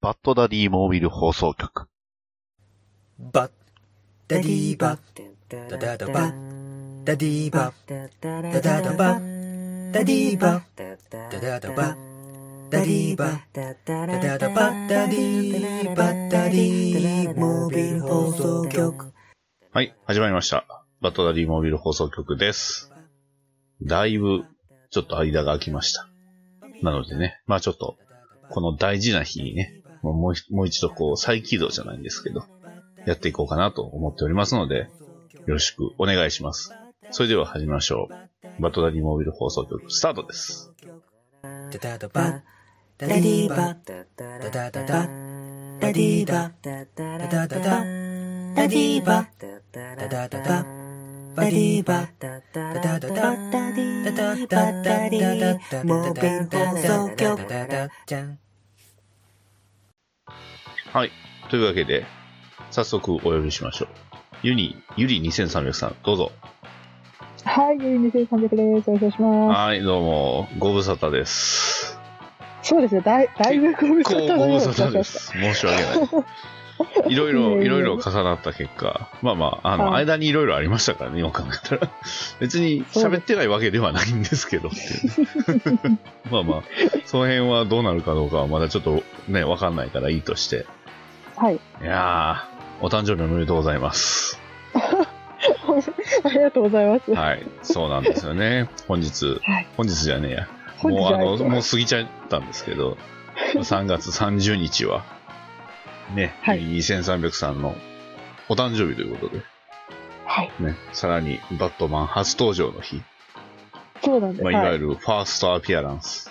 バッドダディモービル放送局。バッ、ダディーバッ、ダダダバダディーバッ、ダダダバダディーバッ、ダダダバダディーバッ、ダダダダダダババッッダダデディィーーババッッダダデディィーーモモーービビルル放放送送局局はい、始まりました。バッドダディモービル放送局です。だいぶ、ちょっと間が空きました。なのでね、まあちょっと、この大事な日にね、もうもう一もう一度こう再起動じゃないんですけど、やっていこうかなと思っておりますので、よろしくお願いします。それでは始めましょう。バッドダディモービル放送局スタートです。ダダダババッ、ダダデディーィーババッ、ッダダダダダダダダダダデディーィーババッッダダダダダダダダダダデディーィーババッッダダダダダダダダダダデディィーーバッダダダダダディーバッダデバッダダダダダディーバッダディーィーモモーービビルル放放送送局局じゃんはい。というわけで、早速お呼びしましょう。ユニ、ユリ2300さん、どうぞ。はい、ゆり2300です。お願いしまはい、どうも、ご無沙汰です。す。そうですね、だいだいぶご無沙こ汰うなごよ無う沙にな汰っでましす。申し訳ない。いろいろ、いろいろ重なった結果、まあまあ、あの、はい間にいろいろありましたからね、今考えたら。別に喋ってないわけではないんですけどっていうねまあまあ、その辺はどうなるかどうかはまだちょっとね、わかんないからいいとして。た。はい。いやー、お誕生日おめでとうございます。ありがとうございます。 はい、そうなんですよね。本日、はい本日じゃねえや。本日もうあはの、もう過ぎちゃったんですけど、3月30日は、ね、はい2300さんのお誕生日ということで、はい。ね、さらにバットマン初登場の日、そうなんです。まあ、はいわゆいるファーストアピアランス、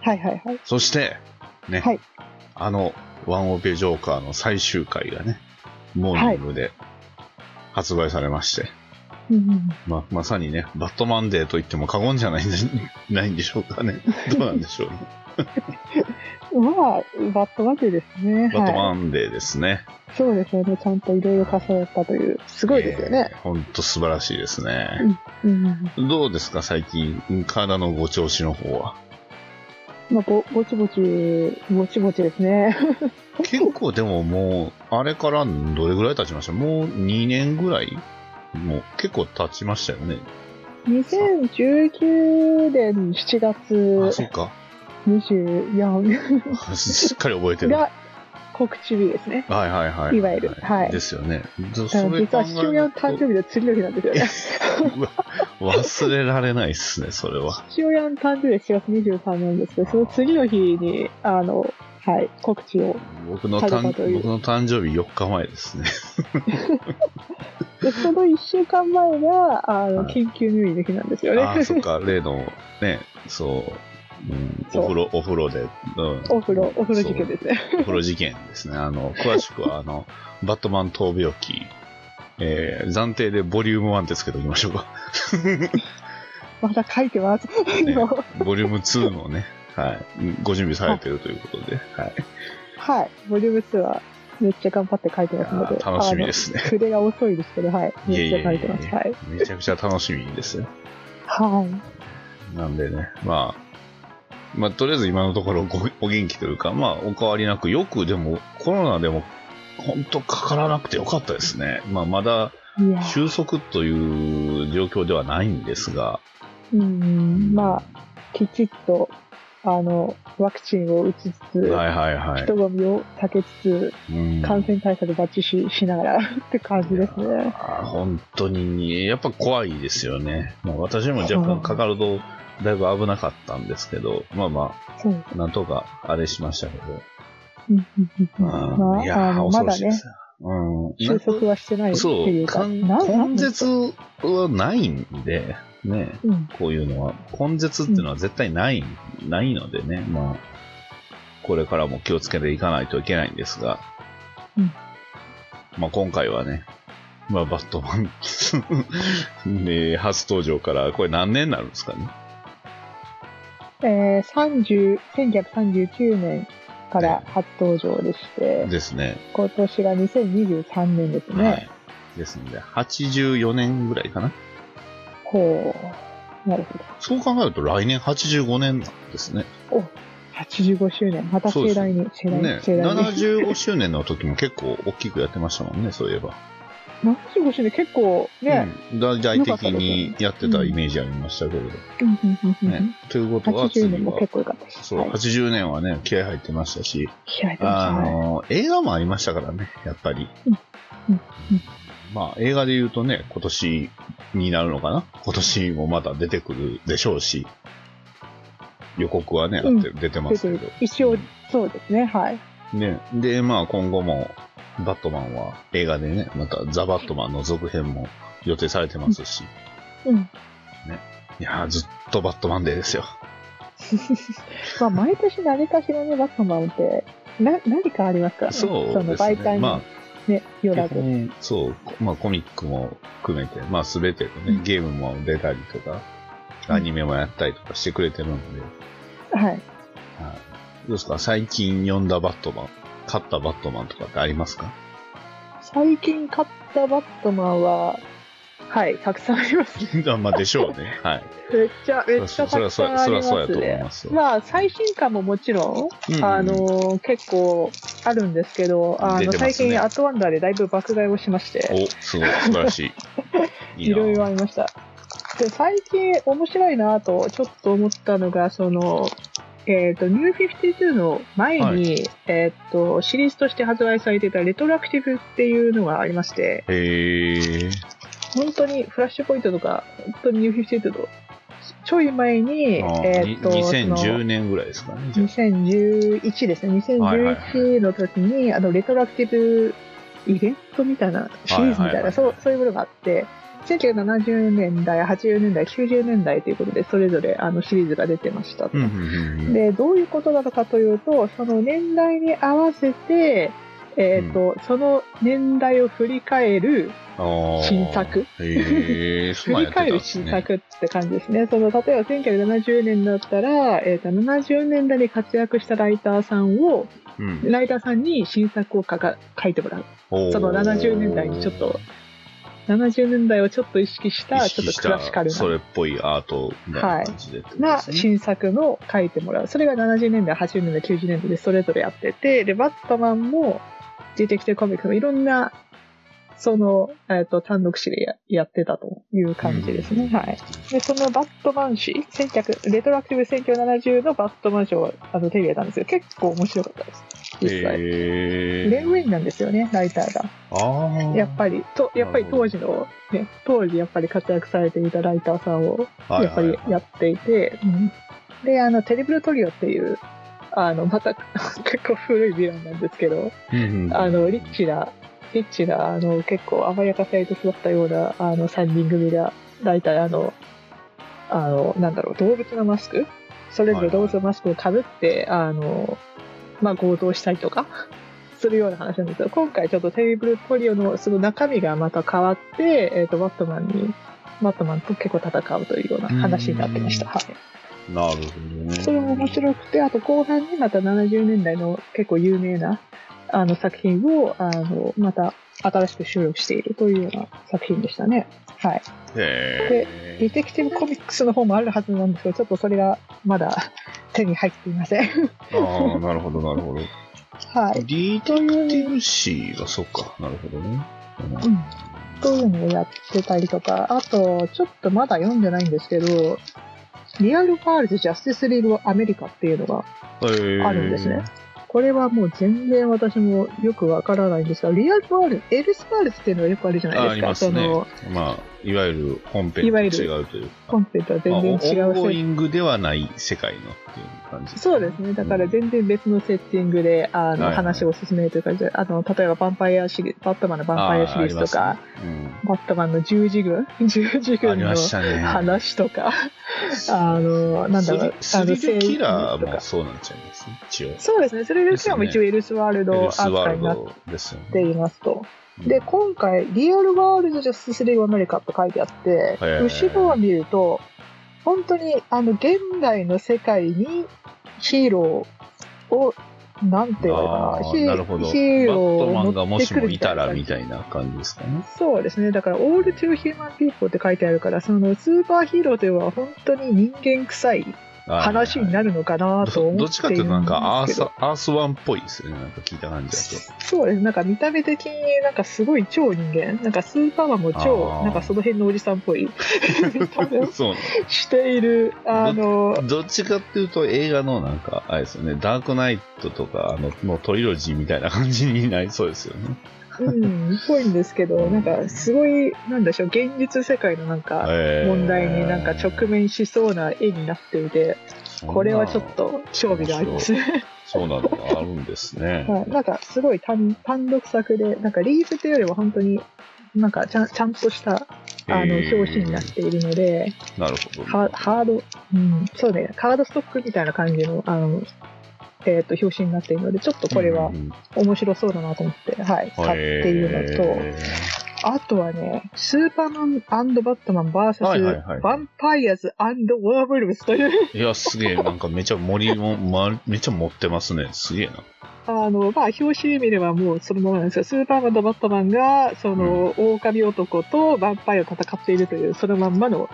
はいはいはい。そして、ね、はいあの、ワンオペジョーカーの最終回がね、モーニングで発売されまして、うんうんまあ、まさにね、バットマンデーと言っても過言じゃないんでないんでしょうかね。どうなんでしょうね。うんまあ、バットマンデーですね。バットはマンデーですね。い。そうですよね。ちゃんといろいろ重なったという。すごいですよね。えー。ほんと素晴らしいですね。うんうん。どうですか、最近、体のご調子の方は。まあ、ぼ、ぼちぼち、ぼちぼちですね。結構でももう、あれからどれぐらい経ちましたもう2年ぐらいもう結構経ちましたよね。 2019年7あ、月そっか。 24しっかり覚えてる。はいが告知日ですね。はいはいはい。いわゆるはいですよね。そだか考ら実は父えると親の誕生日の次の日なんですよね。うわ 忘れられないっすね、それは。父親の誕生日は7月23日なんですけど、その次の日に、あの、はい、告知を。僕のた誕だかという僕の誕生日4日前ですね。で、その1週間前が、あの、はい緊急入院の日なんですよね。ああ、そっか、例の、ね、そう、うん、そうお風呂、お風呂で、うん、お風呂、お風呂事件でですね。す。お風呂事件ですね。あの、詳しくは、あの、 バットマン闘病記、えー、暫定でボリューム1ってつけておきましょうか。 また書いてます。ね 今、ボリューム2のね、はい、ご準備されてるということで、はい。はい、ボリューム2は、めっちゃ頑張って書いてますのあで。。ー楽しみですすね。筆が遅いですけど、はい。いえめいえいっえちゃ書いてます。はい。めちゃくちゃ楽しみですよ。はい。なんでね、まあ、まあ、とりあえず今のところごお元気というか、まあ、お変わりなく、よくでも、コロナでも、本当かからなくてよかったですね。まあ、まだいや、収束という状況ではないんですが、うん、まあ、きちっと、あの、ワクチンを打ちつつ、はいはいはい。人混みを避けつつ、うん感染対策バッチししながらって感じですね。あー本当に、やっぱ怖いですよね。まあ、私も若干かかると、だいぶ危なかったんですけど、まあまそうですあ、なんとかあれしましたけど。うんうんうんうんいやあー、の恐まろだしいでね、す。うん、収束はしてないってそいうう、か、かんな根絶はないんで、ね、うんこういうのは、根絶っていうのは絶対ない、ないのでね、まあ、これからも気をつけていかないといけないんですが、うんまあ今回はね、まあバットマン で、初登場から、これ何年になるんですかね。えー、30 1939年から初登場でして、ですね。今年が2023年ですね。はい。ですので、84年ぐらいかな。ほう。なるほそう考えると来年85年なんですね。ど。 85周年。またそうで盛す大に、盛大に、ね、盛大に。 75周年の時も結構大きくやってましたもんね、そういえば。 75周年結構ね、うん、大々的にやってたイメージありましたけれど。うんうんうんうんね、ということは次80年もは結、構良かったし。そう、はい、 80年はね、気合入ってましたし、開いてましたあね。の、映画もありましたからね、やっぱりうんうんうん。まあ、映画で言うとね、今年になるのかな今年もまだ出てくるでしょうし、予告はね、あって出てま出すてけるど。一応、そうですね、はい。ね、で、まあ今後も、バットマンは映画でね、またザ・バットマンの続編も予定されてますし、うん。いやーずっとバットマンデーですよ。まあ、毎年何かしらね、バットマンって、な、何かありますからね。そうのです媒ね。体まにね、よあ、ら基ず。本、そう、まあコミックも含めて、まあ全てでうねん、ゲームも出たりとか、うんアニメもやったりとかしてくれてるので、はい。はいどうですか最近読んだバットマン、勝ったバットマンとかってあります か最近買ったバットマンは、はい、たくさんあります ね。あまあでしょうね。はい。めっちゃ、めっちそゃたりゃくそさうんあそりりゃまそうやすと思いねま。すよ。まあ、最新刊ももちろん、うんあのー結構あるんですけど、あの、出てますね最近、アットワンダーでだいぶ爆買いをしまして、お、すごい、素晴らしい。い いろいろあいりました。で、最近面白いなと、ちょっと思ったのが、その、えっ、と、ニュー52の前に、はえっ、と、シリーズとして発売されてたレトロアクティブっていうのがありまして、な。へえ。本当にフラッシュポイントとか、本当にニュー52と、ちょい前に、あーえっ、にと、その2010年ぐらいですかね。じゃ2011ですね、はいはいは2011の時に、あのレトロアクティブイベントみたいな、シリーズみたいな、はいはいはいそうそういうものがあって、1970年代、80年代、90年代ということで、それぞれあのシリーズが出てましたと。あうんうんうんうん。で、どういうことなのかというと、その年代に合わせて、えっ、と、その年代を振り返るあー新。作。へえ、そ振うなんりやってたんで返るす新ね。作って感じですね。その、例えば1970年だったら、えっ、と、70年代に活躍したライターさんを、うんライターさんに新作を書か書いてもらう。おーその70年代にちょっと、70年代をちょっと意識した、意ちょ識っしとたクラシカルそれっぽいアートみたいな感じでってことなでなすね。新作の書いてもらう。それが70年代、80年代、90年代でそれぞれやってて、で、バットマンも、出てきてコミックもいろんな、その、えっ、と、単独誌でややってたという感じですね。うんはい。で、そのバットマン誌、1900レトロアクティブ1970のバットマン賞をあの手に入れたんですよ。結構面白かったです。実際。へレンウえ。ェインなんですよね、ライターが。ああ。やっぱり、と、やっぱりなるほ当ど時の、ね、当時やっぱり活躍されていたライターさんを、はいやっぱはいりはいやっていて、うんで、あの、テレブルトリオっていう、あの、また 結構古いヴィランなんですけど、うんうんあの、リッチな、リッチな、あの、結構甘やかされて育ったような、あの、3人組が、大体あの、あの、なんだろう、動物のマスクそれぞれ動物のマスクをかぶって、あの、まあ、強盗したりとか、するような話なんですけど、今回ちょっとテーブルトリオのその中身がまた変わって、えっ、と、バットマンに、バットマンと結構戦うというような話になってました。うはい。なるほどね。それも面白くて、あと後半にまた70年代の結構有名なあの作品をあのまた新しく収録しているというような作品でしたね。はい。へえ。ディテクティブコミックスの方もあるはずなんですけど、ちょっとそれがまだ 手に入っていません。 ああ、なるほど、なるほど。はい。リートクティブ誌が、そっか、なるほどね。うんうん。そういうのをやってたりとか、あと、ちょっとまだ読んでないんですけど、リアルワールズ・ジャスティス・リーグ・アメリカっていうのがああるんですね。これはもう全然私もよくわからないんですが、リアルワールド、エルスワールズっていうのはよくあるじゃないあであすりか。ますねその、まあ、いわゆる本編といわ違ゆうるというか。本編とはまあ全然違オうンゴ設イングではない世界のっていう感じ。そうですね。だから全然別のセッティングで、あはいはの、い話を進めるという感じで、あの、例えばバンパイアシリバットマンのバンパイアシリーズとああか、うんバットマンの十字軍十字あ軍りのましたね。話とか、あの、なんだろう、スリスリルキラあのー声優ともかそうなんちゃいますね、一応。そうですね。それよりかはもう一応エルスワールドエルスワ扱ーいルになっドですよてね。いますと。うんで、今回、リアルワールドジャスティス・リーグ・アメリカって書いてあって、ー後ろを見ると、本当に、あの、現代の世界にヒーローを、なんて言わあれたあヒーなるほど。バヒーローットをマンが持っもてしくるもいたらみたいな感じですかね。そうですね。だから、オール・トゥ・ヒューマン・ピーポーって書いてあるから、その、スーパーヒーローというのは本当に人間臭い話になるのかなとど思どっっちかってていいるうとなんんですけどかアース、 アースワンっぽいですよね。なんか聞いた感じだと。そうですなんか見た目的になんかすごい超人間なんかスーパーマンもあ超ーなんかその辺のおじさんっぽい 見た目をそう。しているあのどっちかっていうと映画のなんか、あれですよね、ダークナイトとか、あの、もうトリロジーみたいな感じになりそうですよね。うんっぽいんですけどなんかすごいなんでしょう現実世界のなんかえー問題になんか直面しそうな絵になっていてそんなこれはちょっと勝負がありますね。そうなのがあるんですね はい、なんかすごい単単独作で、なんかリーフというよりは本当に、なんかちゃんちゃんとしたあのへー表紙になっているので、なるほど。ハハード、うん、そうね、カードストックみたいな感じの、あの、えっ、と、表紙になっているので、ちょっとこれはうんうんうん面白そうだなと思って、はい、買っているのと、へあとはね、スーパーマンバットマン VS はいはいはいヴァンパイアズワーブルブスという、 ーいや、すげえ、なんかめちゃ森も、ま、めちゃ持ってますね。すげえな。あの、まあ、表紙見ればもうそのままなんですよ。スーパーマンとバットマンが、その、狼男とヴァンパイアを戦っているという、そのまんまの。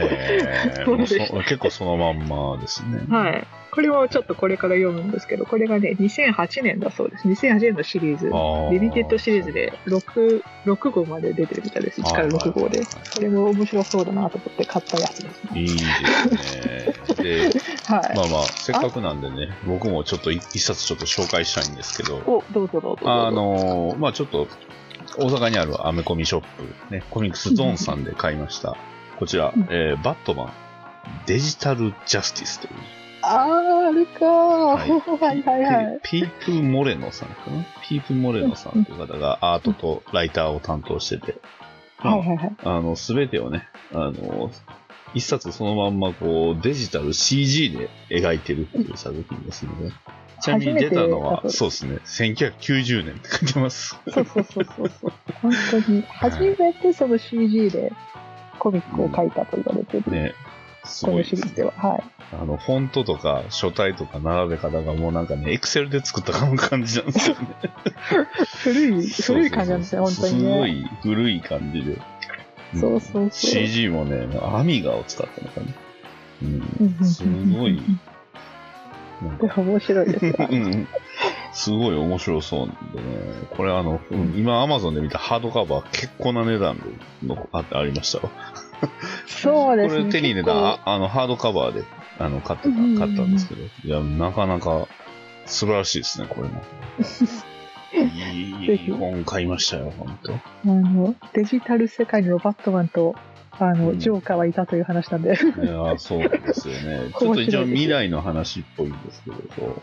へえ そうです結構そのまんまですね。はい。これもちょっとこれから読むんですけど、これがね、2008年だそうです。2008年のシリーズ。あリミテッドシリーズで6、6号まで出てるみたいです。1から6号はでいはいはい。これも面白そうだなと思って買ったやつですね。いいですね。 で、はい。まあまあ、せっかくなんでね、僕もちょっとい一冊ちょっと紹介したいんですけど、お、どうぞどうぞどうぞ。あ、のーまあちょっと、大阪にあるアメコミショップ、ね、コミックスゾーンさんで買いました。こちらうん、えーバットマン、デジタルジャスティスという、あー、あれかー。いはい、はい、はい。ピピープ・モレノさんかなピープ・モレノさんという方がアートとライターを担当してて、はい、はい、はい。あの、すべてをね、あの、一冊そのまんまこう、デジタル CG で描いてるっていう作品ですので、ちなみに出たのは初、めてだそうですね、1990年って書いて ます。そうそうそうそうそう。本当に。初めてその CG でコミックを書いたと言われてる、ね、すこごのいシでリーズすでね。は。はい。あの、フォントとか書体とか並べ方がもうなんかね、エクセルで作った感じなんですよね。古い、 古い感じなんですね、本当にすごね。い古い感じで。んそうそうそう CG もね、アミガを使ったのかな。うん。うんうんうんすごいなんか で面白いですよ。うんうんすごい面白そうなんでね。これあの、うん今 Amazon で見たハードカバー結構な値段のあありましたわ。そうです ね。これ手に入れた結構ああのハードカバーであの買ってた、うんうんうん買ったんですけど、いや、なかなか素晴らしいですね、これも。いい ぜいひい本買いましたよ、本当。あの、デジタル世界のバットマンと、あの、うんジョーカーはいたという話なんで。 いや、そうですよね。ちょっと一応未来の話っぽいんですけど、そう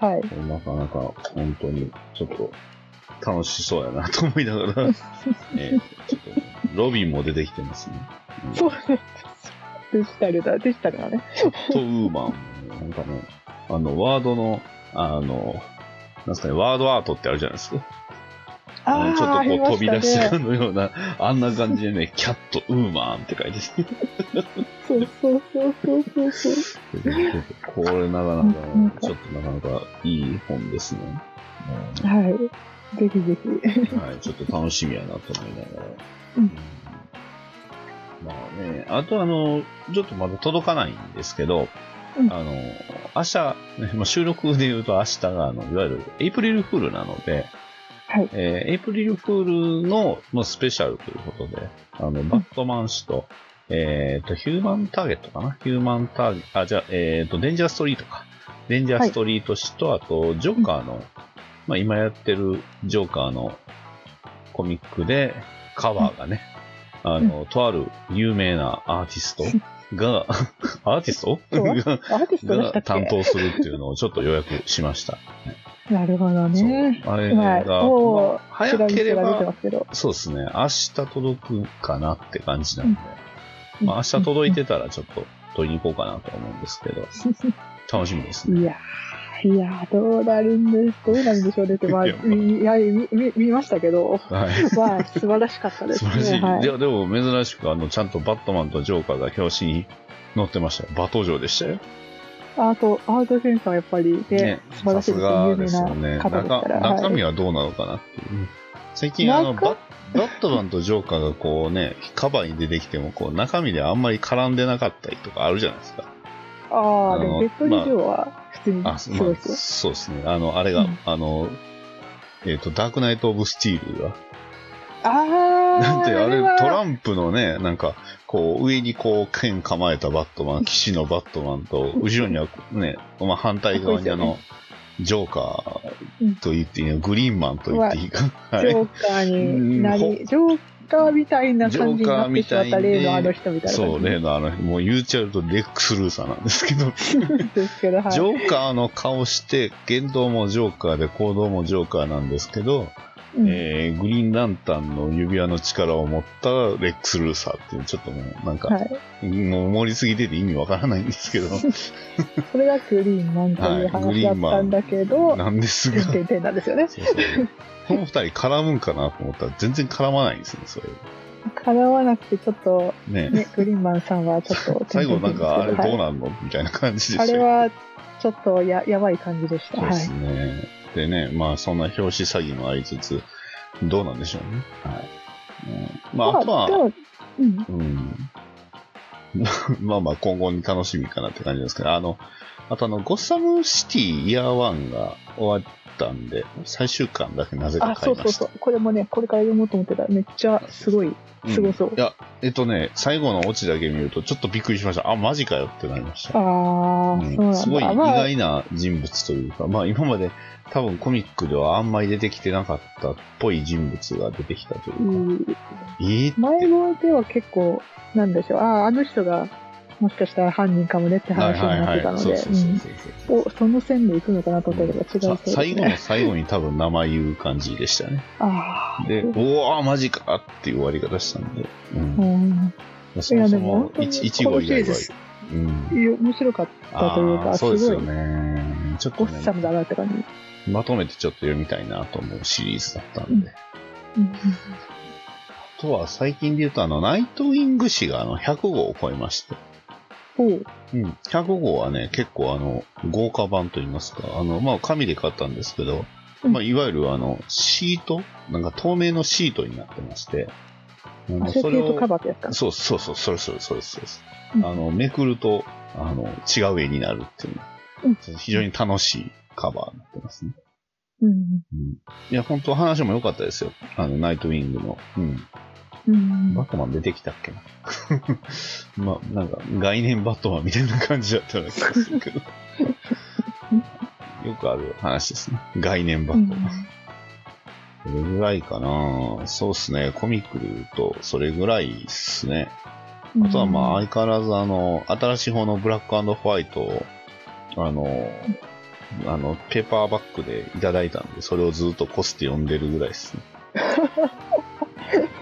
はい。なかなか本当にちょっと楽しそうやなと思いながら、 ね、ちょっとロビンも出てきてますね。そうなんですよ。デジタルだ、デジタルだね。とウーマンもね、なんかね、あの、ワードの、あの、なんすかね、ワードアートってあるじゃないですか。ああのーちょっあとりこまう飛しびた出したかね。のような、あんな感じでね、キャットウーマンって書いて てそうそうそうそうそうそう。これなかなかね、ちょっとなかなかいい本ですね。うんはい。ぜひぜひ。はい、ちょっと楽しみやなと思いながら。うんまあね、あとあの、ちょっとまだ届かないんですけど、うんあの、明日、 ねまあ、収録で言うと明日が、あの、いわゆるエイプリルフールなので、はいえーエイプリルフールの、まあ、スペシャルということで、あの、バットマン氏と、えっ、と、ヒューマンターゲットかなヒューマンターゲット、あ、じゃあ、えっ、と、デンジャーストリートか。デンジャーストリート氏と、あと、ジョーカーの、まあ、今やってるジョーカーのコミックで、カバーがね、あの、とある有名なアーティストが、 アーティストそ うがアーティストでがしたっけ担当するっていうのをちょっと予約しました。なるほどね。そうあれはい。が、もうま、あち早ら見けせれら出てばま、すけど。そうですね、明日届くかなって感じなんで、まあ、明日届いてたらちょっと取りに行こうかなと思うんですけど、楽しみですね。 いやー、いやー、どうなるんです、どうなるんでしょうねって、まあ、いやみいや、みみ見ましたけど、はい。まあ、素晴らしかったで 素す晴らしい。ね。はいい。や、でも珍しく、あの、ちゃんとバットマンとジョーカーが表紙に載ってましたよ。馬登場でしたよ。アート、アートセンスはやっぱりね、素晴らさしすいですが有名ですよね。な方ですか中ら。中はい身はどうなのかなっていう。うん最近、あの、中ババットマンとジョーカーがこうね、カバーに出てきても、こう、中身であんまり絡んでなかったりとかあるじゃないですか。あああ、でのもベスト20は普通にあ、すまごいあ、ですよ。そうですね。あの、あれが、うんあの、えっ、と、ダークナイト・オブ・スティールが、ああ、なんて、あれ、はトランプのね、なんか、こう、上にこう、剣構えたバットマン、騎士のバットマンと、後ろにはね、まあ、反対側にあかの、ジョーカーと言っていいの、グリーンマンと言っていいか。はジいョ。ーカーになうんほり、ジョーカーみたいな感じになってしまった例のあの人みたいなそう、感じ例のあの、もう言っちゃうとレックス・ルーサーなんですけど、ですけど、はい。ジョーカーの顔して、言動もジョーカーで行動もジョーカーなんですけど、うんえーグリーンランタンの指輪の力を持ったレックス・ルーサーっていう、ちょっともう、なんか、はい。もう盛りすぎてて意味わからないんですけど、それがグリーンマンというはいグ話リだーっンマンたんだけど、 なんですが、点そう点点なんですよね。そうこの二人絡むんかなと思ったら全然絡まないんですね、それ。かなわなくて、ちょっと、ね。ね、グリーンマンさんはちょっと、最後なんか、あれどうはなんのみたいな感じいであしたれよは、ちょっとや、やばい感じでした。そうはでい。すね。でね、まあそんな表紙詐欺もありつつ、どうなんでしょうね。はい。うん、まあ、あとまあ、では、も、うん。うん。 まあまあ今後に楽しみかなって感じですけど、あの、あとあの、ゴッサムシティイヤー1が終わったんで、最終巻だけなぜかあ、買そいうまそうしたそう。。これもね、これから読もうと思ってた。めっちゃすごい。んすごそういや、えっとね、最後のオチだけ見ると、ちょっとびっくりしました。あ、マジかよってなりました。ああ、うんそうなんだ。すごい意まあ、外な人物というか、まあ今まで多分コミックではあんまり出てきてなかったっぽい人物が出てきたといううか、んえー前のでは結構、なんでしょう。ああ、あの人が、もしかしたら犯人かもねってはい話にはいはい。なってたのそうでそうそうそうそううんお、その線で行くのかなと思ったけど、違うそうさで最すね。後の最後に多分名前言う感じでしたね。ああ、で、おおマジかっていう終わり方したんで。うんうん。そもそでもも本当に一一語以外このはシリーズ。うんいや面白かったというあーか、すそうごですよい、ね。ちょっゴとッサね、ムだなって感じ。まとめてちょっと読みたいなと思うシリーズだったんで。うんあとは最近で言うと、あの、ナイトウィング誌があの100号を超えまして。うんうん。うん。100号はね、結構あの、豪華版といいますか、あの、まあ、紙で買ったんですけど、うんまあ、いわゆるあの、シートなんか透明のシートになってまして、あおう。のアセテートカバーってやつかな。そうそうそう、それそれそれそれです。うんあの、めくると、あの、違う絵になるっていうね、うんちょっと非常に楽しいカバーになってますね。うん。うん。いや、本当話も良かったですよ。あの、ナイトウィングの。うん。うんバットマン出てきたっけな まあ、なんか、概念バットマンみたいな感じだったような気がするけど。よくある話ですね。概念バうッんトマン。それぐらいかなそうっすね。コミックで言うと、それぐらいっすね。あとはまあ、うん相変わらずあの、新しい方のブラックホワイトを、あの、あの、ペーパーバッグでいただいたんで、それをずっとこすって読んでるぐらいですね。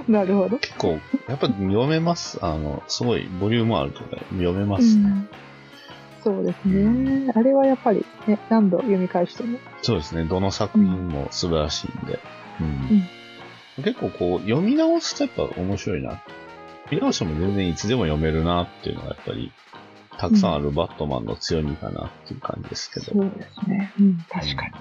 なるほど。結構、やっぱ読めます。あの、すごいボリュームあるとか読めまうすね。んそうですね。あれはやっぱり、ね、何度読み返しても。そうですね。どの作品も素晴らしいんで。うん結構こう、読み直すとやっぱ面白いな。読み直しても全然いつでも読めるなっていうのがやっぱり、たくさんあるバットマンの強みかなっていう感じですけど。そうですね。うん、確かに。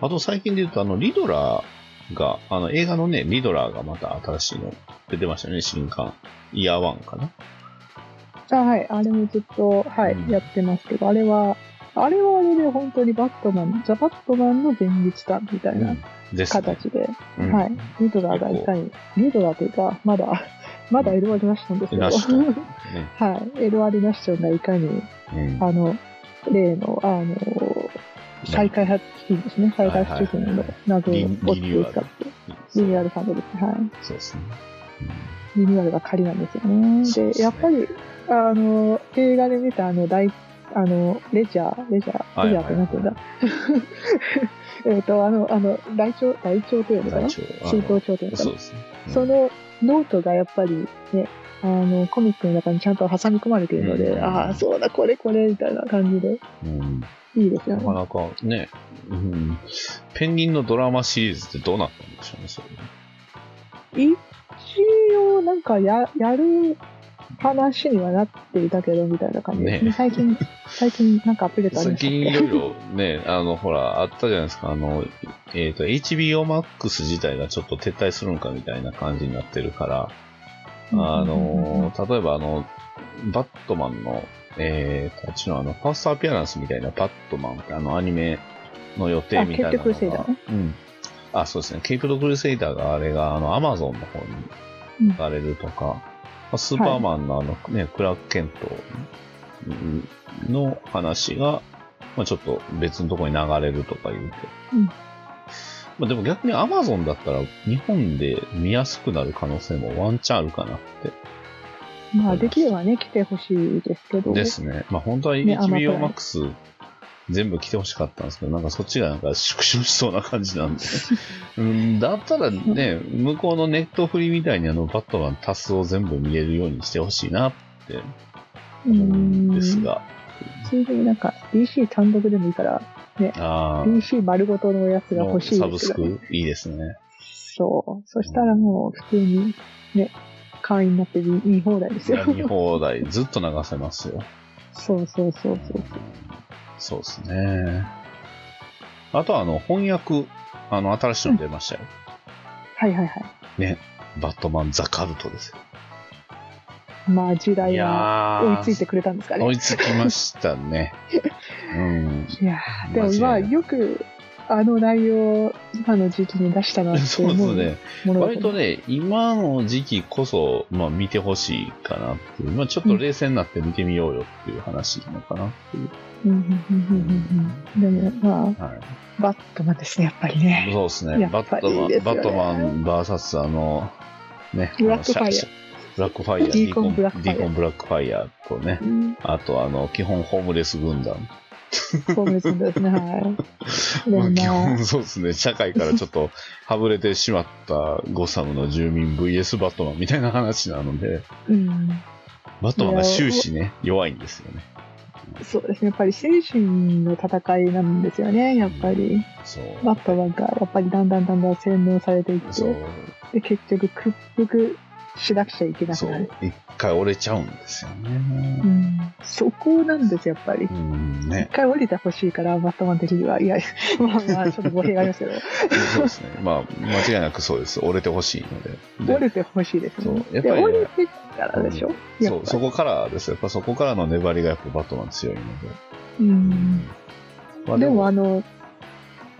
あと最近で言うと、あの、リドラーが、あの、映画のね、リドラーがまた新しいの出てましたよね、新刊。イヤーワンかな。あはい、あれもずっと、はい、うんやってますけど、あれは、あれはあれで本当にバットマン、ザ・バットマンの前日だみたいなですね。形で、うんはい、リドラーがいかに、リドラーというか、まだ、まだエルワード・ナッションですけど、ナッショね。 はい、エルワード・ナッションがいかに、うん。あの、例の、あの、再開発基金ですね、再開発基金の謎をはいはいはいリリ追ってニューアいルくかって、そリうニューアルファンドですね、はい。そうですね。リニューアルが仮なんですよそうね。ですで、ねやっぱり、あの、映画で見たあの、大、あの、レジャー、レジャー、はいレジはいャーってなんて言うんだ。えっと、あの、あの、大腸、大腸といううん。のかな大腸中東腸というのかそうなですね。そのノートがやっぱりね、あの、コミックの中にちゃんと挟み込まれているので、うんああ、そうだ、これこれ、みたいな感じで、うん、うんいいですよなかね。なかね、うん、ペンギンのドラマシリーズってどうなったんでしょうね、それね一応、なんかや、やる話にはなっていたけど、みたいな感じですね。ね最近、最近なんかアップデートあり最ましたっ近けいろいろね、 あの、ほら、あったじゃないですか、あの、えっ、と、HBO Max 自体がちょっと撤退するんかみたいな感じになってるから、あの、例えばあの、バットマンのえー、たちのあの、ファーストアピアランスみたいなパットマンってあのアニメの予定みたいなのが。あケイプトクルセイダーねうん。あ、そうですね。ケイプトクルセイダーがあれが、あの、アマゾンの方にうん行かれるとか、まあスーパーマンのあの、ね、クラークケントうんの話が、まあちょっと別のとこに流れるとか言うと。うんまあでも逆にアマゾンだったら日本で見やすくなる可能性もワンチャンあるかなってまあ、できればね、来てほしいですけど。ですね。まあ本当はね HBO アマ Max 全部来てほしかったんですけど、なんかそっちがなんか縮小しそうな感じ なんで。うん、だったらね、向こうのネットフリみたいにあのバットマンタスを全部見れるようにしてほしいなってう思うんん。ですが。それでなんか、DC 単独でもいいから、ああ、 DC 丸ごとのやつがの欲しいサでブすスけど、クいいですね。そう。そしたらもう、普通に、ね、会員になって見見放題ですよ。見放題ずっと流せますよ。 そうそうそうそう。そうですね。あとはあの翻訳、あの新しいの出ましたよ。はいはいはバットマンザカルトですよ。い。まあ、時代いはや追ーいついてくれたんですかね追。いつきましたね。うん。いやーでもまあ、間違いないよく、あの内容を今の時期に出したなってそう思でうすね。ものだ割とね、今の時期こそ、まあ見てほしいかなっていう。まあちょっと冷静になって見てみようよっていう話なのかなっていう。うんうんうんうんうんうんでもまはあ、バットマンですね、やっぱりい。ね。そうですね。やバっぱッりトマン、いいですよバねットマン VS あの、ね。ブラックファイあのシヤーャブラックファイヤー、ディーコンブラックファディイヤーーコンブラックファイヤーとね。うん、あとあの、基本ホームレス軍団。そうですね、はい。でまもあ 基まあ本、そうですね。社会からちょっとはぶれてしまったゴサムの住民 VS バットマンみたいな話なので。うん、バットマンが終始ね、弱いんですよね。そうですね、やっぱり精神の戦いなんですよね、やっぱり。そう。バットマンがやっぱりだんだんだんだん洗脳されていっそうて、。で結局屈服しなくちゃいけなくそなうる。。一回折れちゃうんですようね。ん、そこなんですよ、やっぱりう。ん、一ね。回降りてほしいから、バットマン的には。いや、まあまあ、ちょっと語弊がありますけど、そうですね。まあ、間違いなくそうです。折れてほしいので。降でりてほしいですね。そうやっで、ぱりね降りてからでしょ、やそっう、ぱそこからですよ。やっぱそこからの粘りがやっぱバットマン強いのうで。ん。まあでも、あ、の、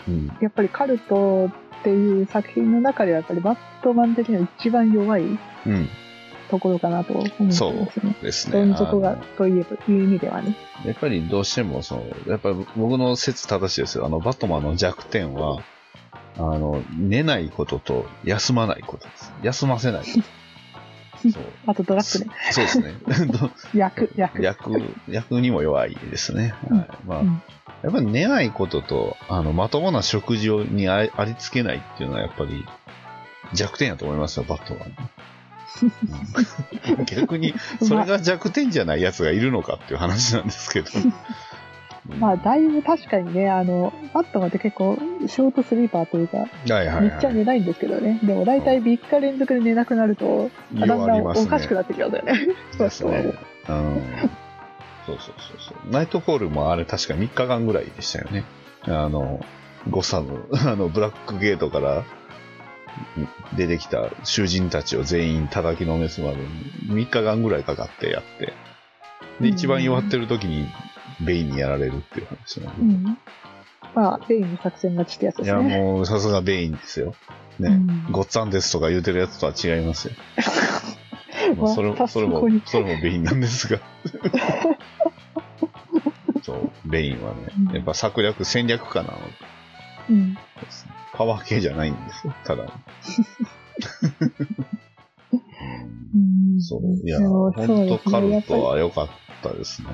うん、やっぱりカルトっていう作品の中では、やっぱりバットマン的には一番弱いうんところかなと思ってますそうね。ですね。どん底あがの、といえば、いう意味ではね。やっぱりどうしても、その、やっぱり僕の説正しいですよ。あの、バットマンの弱点は、あの、寝ないことと休まないことです。休ませない こと。そう。あとドラッグね。そうですね。ど役、 役。役、役にも弱いですね。はいまあうんやっぱり寝ないことと、あの、まともな食事をにありありつけないっていうのはやっぱり弱点やと思いますよ、バットは、 うん逆に、それが弱点じゃないやつがいるのかっていう話なんですけど。まあ、だいぶ確かにね、あの、バットマンって結構、ショートスリーパーというか、はいはいめっちゃはい。寝ないんですけどね。でも、大体3日連続で寝なくなると、だん理だ由はありんまおすねかしくなってきますよね。ですね。うん。そうそうそうそう。ナイトホールもあれ確か3日間ぐらいでしたよね。あの、ゴサム、 あの、ブラックゲートからん出てきた囚人たちを全員叩きのめすまでに3日間ぐらいかかってやって。で、一番弱ってる時にベインにやられるっていう話なんでうん。まあ、レイの作戦勝ちってやつでいすや、ね。もうさすがベインですよ。ね。うんごっつぁんですとか言うてるやつとは違い ますよ。まあ、それまたも、それそこにも、それもベインなんですが。 そう、ベインはねう、んやっぱ策略、戦略家なのうん。です、パワー系じゃないんですよ、ただの。うんうんそう、いや、でも本そうで当すねカやルっぱトりは良かったですね。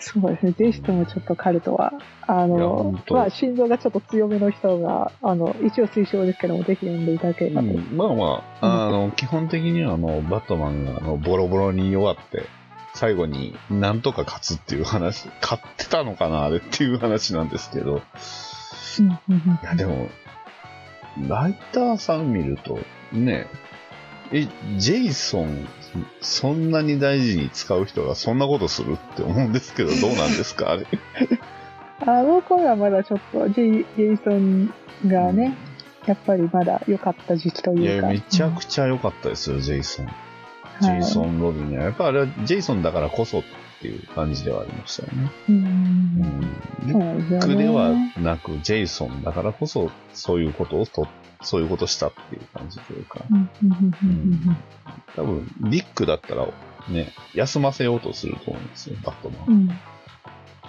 そうですね。ぜひともちょっとカルトは、あいやの本、当まあ、心臓がちょっと強めの人が、あの、一応推奨ですけども、ぜひ読んでいただけれうばと。うん。ん、まあまあ、あの、基本的にはもう、バットマンがあのボロボロに弱って、最後になんとか勝つっていう話、勝ってたのかな、あれっていう話なんですけど、うんいや、でも、ライターさん見ると、ね、え、ジェイソン、そんなに大事に使う人がそんなことするって思うんですけ ど、どうなんですかあれ。あの頃はまだちょっとジェイ、ジェイソンがね、やっぱりまだ良かった時期といいうや、か。めちゃくちゃ良かったですよ、ジェイソン。うんジェイソはいン・ロビンね。やっぱあれはジェイソンだからこそっっていう感じではありましたよね。うんうん、そうですよ僕ではね。なく、ジェイソンだからこそ、そういうことをと、そういうことしたっていう感じというか、うんうんうんうんうん多分、ビッグだったら、ね、休ませようとすると思うんですよ、バットマンう。んで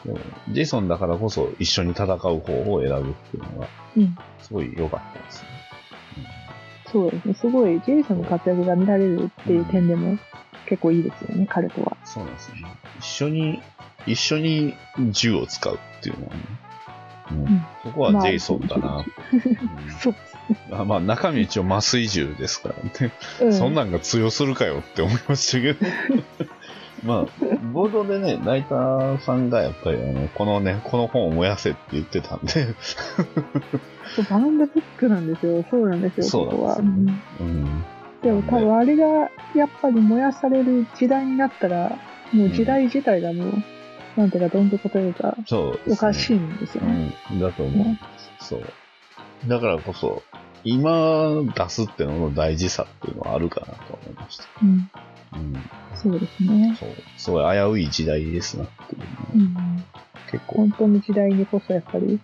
も、ジェイソンだからこそ一緒に戦う方法を選ぶっていうのが、うんすごい良かったですね。そうですね。すごい、ジェイソンの活躍が見られるっていう点でも結構いいですよね、彼とは。そうなんですね。一緒に、一緒に銃を使うっていうのはね、うんんそこはジェイソンだな。そうでうんあまあ、中身一応麻酔銃ですからね。す。うそんなんが通用するかよって思いましたけど。 まあ、冒頭でね、ライターさんがやっぱりあの、このね、この本を燃やせって言ってたんで、そうバンドブックなんですよ。そうなんですよ、そうここは。なんですよね。うん。うんでも多分あれが、やっぱり燃やされる時代になったら、もう時代自体がもう、なんていうか、どん底というか、そうです、ね。おかしいんですよね。うん、だと思う、ねそう。だからこそ、今出すってのの大事さっていうのはあるかなと思いました。うん。うん。そうですね。そう。すごい危うい時代ですなっていうのはうん。結構。本当の時代にこそやっぱり、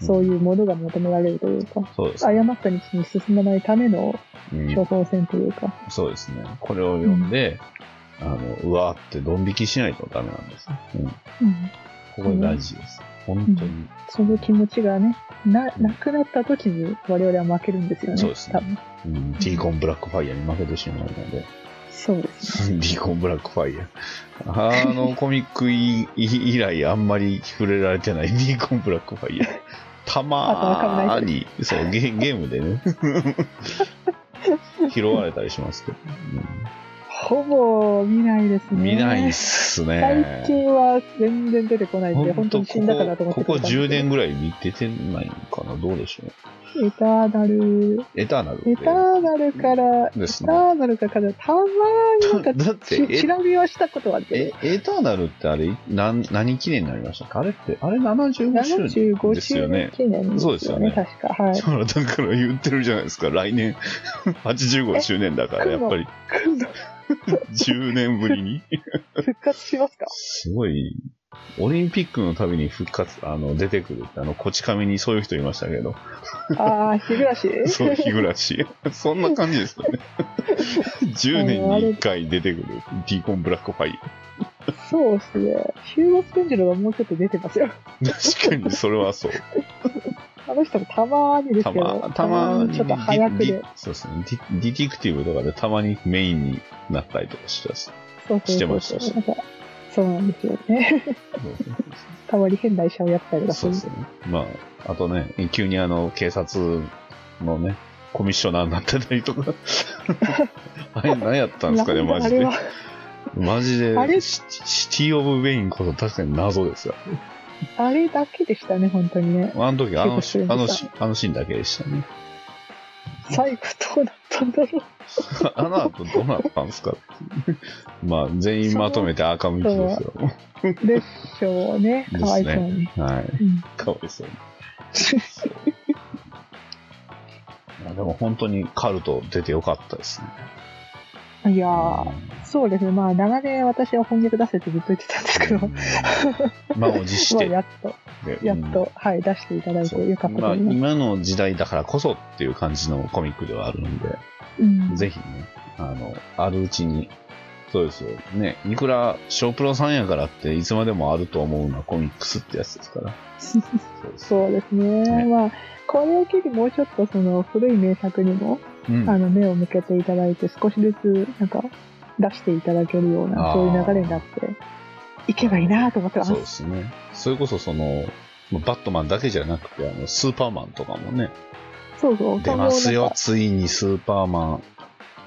そういううものが求められるというか、ん。そうですね。誤った道に進まないためのうん処方箋というか、そうですね。これを読んで、あの、うわーってドン引きしないとダメなんですね。うん。うん。ここ大事です。本当に。その気持ちがね、な、なくなった時に我々は負けるんですよね。そうですね多分。うん。ディーコンブラックファイヤーに負けてしまうので。 そうです。ディーコンブラックファイヤー。あのコミック以以以来あんまり触れられてないディーコンブラックファイヤー。たまーに、そうゲ、ゲームでね。 拾われたりしますけど。ほぼ見ないですうんね。見ないっすね最。近は全然出てこないんで、ほん本当とに死こんだかなこと思ってここ10年ぐぐらい見ててないのかなどうでしょうらい。エターナル、エターナルってエターナルから、エですタねーナルからたまになんかだだってち、ちら見はしたことはあってえ、、エターナルってあれ、なん何記念になりましたかあれって、あれ75周年75です周よ年ね。記念そうですよね確か。はい。そうだから言ってるじゃないですか、来年 85周年だから、えやっぱり今度10年ぶりに。復活しますかすごい、オリンピックのたびに復活、あの、出てくるって、あの、こち亀にそういう人いましたけど、ああ、日暮らし。そう、日暮らし。 そんな感じですよ ね。10年に1回出てくる、ディーコンブラックファイそうですね。ヒューゴスペンジェルがもうちょっと出てますよ。ヤー。確かに、それはそう。あの人もたまーにですたけど、ま、たまに、ちょっと早くディでデ。ィそうですね。ディディティクティブとかでたまにメインになったりとかしてたし。そうそうそうしてましたしなんかそうなんですよね。 たまに変な医者をやったりとかそうですね。まあ、あとね、急にあの、警察のね、コミッショナーになってたりと か。あれ、何やったんですかね、なんマだジであ。れはマジであれシ、シティ・オブ・ウェインこそ確かに謎ですよ。あれだけでしたね、本当にね。あの時、あの結構するん、であすかのシ、あのシーンだけでしたね。 最後どうだったんだろう。あの後どうなったんですかまあ、全員まとめて赤向きですよ。でしょうね。ですねかわいそうに。はい。うんかわいそうに。 まあでも本当にカルト出てよかったですね。いやー、そうですね。まあ、長年私は翻訳出せってずっと言ってたんですけど、うん満を持し まあ、て。やっと、やっと、はい、出していただいてよかったとまあ、思います。今の時代だからこそっていう感じのコミックではあるんで、うんぜひね、あの、あるうちに、そうですよ。ね、いくら、小プロさんやからって、いつまでもあると思うのはコミックスってやつです から。そうです。そうですね。ねまあ、これを機にもうちょっとその古い名作にも、うんあの、目を向けていただいて、少しずつ、なんか、出していただけるようあーな、そういう流れになっていけばいいなと思ってます。そうですね。それこそその、まあバットマンだけじゃなくて、あの、スーパーマンとかもね、そうそう。出ます今よ、後ついにスーパーマン。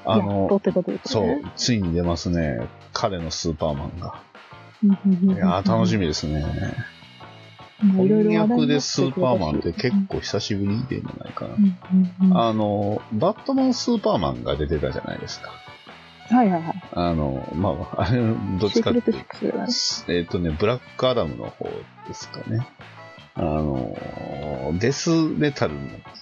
あなんか。やっとのっ、てことですそようね。、ついに出ますね。彼のスーパーマンが。そういやー楽しみですね。み翻訳でスーパーマンって結構久しぶりでじゃないかな。あの、バットマンスーパーマンが出てたじゃないですか。はいはいはい。あの、まあ、あれ、どっちシーかクってレいットうシックスだと、えっ、ねとね、ブラックアダムの方ですかね。あの、デスメタルに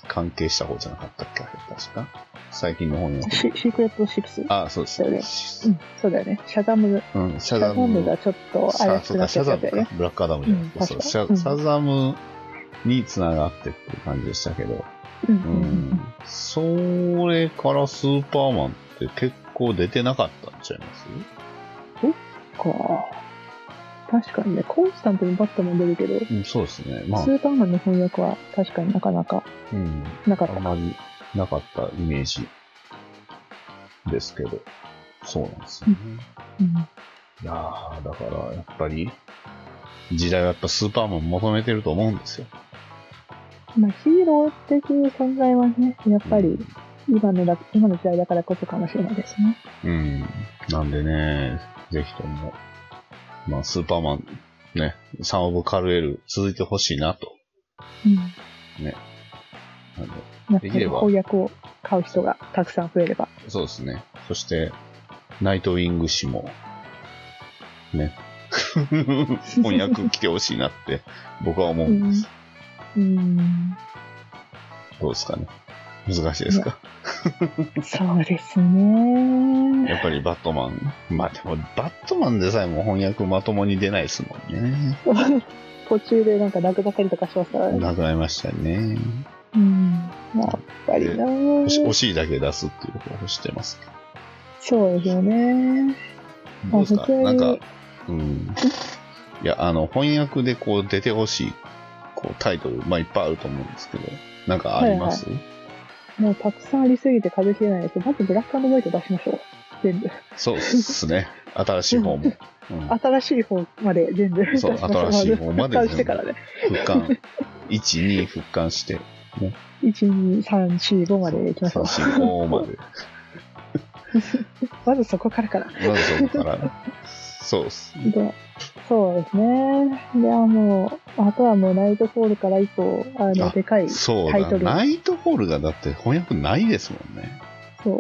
関係した方じゃなかったっけあれ確か。最近の翻訳。シシークレットシップス。あ、そうですそうねで。うん、そうだよね。シャザム、うん、シシャャザザムム。がちょっとシ怪ャしそうくなかっシャてきちザゃムったよかね。。ブラックアダムじゃないですか。うんそうシャ確かにシャザムに繋がってっていう感じでしたけど。うんううんん。それからスーパーマンって結構出てなかったんちゃいますうん。か。確かにね、コンスタントにバットも出るけど、うん、そうですね。まあス、ーパーマンの翻訳は確かになかなかうん。なかっあたんまりなかったイメージですけど。そうなんですよね。うんいやーだから、やっぱり、時代はやっぱスーパーマン求めてると思うんですよ。まあ、ヒーロー的存在はね、やっぱり今のだ今の時代だからこそかもしれないですね。うん。なんでね、ぜひとも、まあ、スーパーマン、ね、サンオブカルエル続いてほしいなと。うん、あのやっぱできりれば翻訳を買う人がたくさん増えれば。そうですね。そして、ナイトウィング氏も、ね、 翻訳来てほしいなって、僕は思ううんでんす。うんどうですかね。難しいですか。そうですね。やっぱりバットマン。まあでも、バットマンでさえも翻訳まともに出ないですもんね。途中でなんかなくなったりとかしますからね。なくなりましたね。うん。やっぱりな惜し惜しいだけ出すっていうことをしてますけど。そうですよね。どうですあか普通になんか、うん。いや、あの、翻訳でこう出てほしい、こう、タイトル、まあいっぱいあると思うんですけど、なんかあります、もうたくさんありすぎて数えきれないですけど、まずブラックホワイト出しましょう。全部。そうですね。新しい方も。うん新しい方まで全部出しましそょうう。新しい方 まで全部出してからね。復刊。1、2復刊して、 1、2、3、4、5までいきましょう。 3、4まで。まずそこからかな。まずそこから。そうっす。で、そうですね。で、あもう、あとはもうナイトフォールから以降、あの、あでかい、そそうタイトだ。ルナイトホールがだって翻訳ないですもんね。う。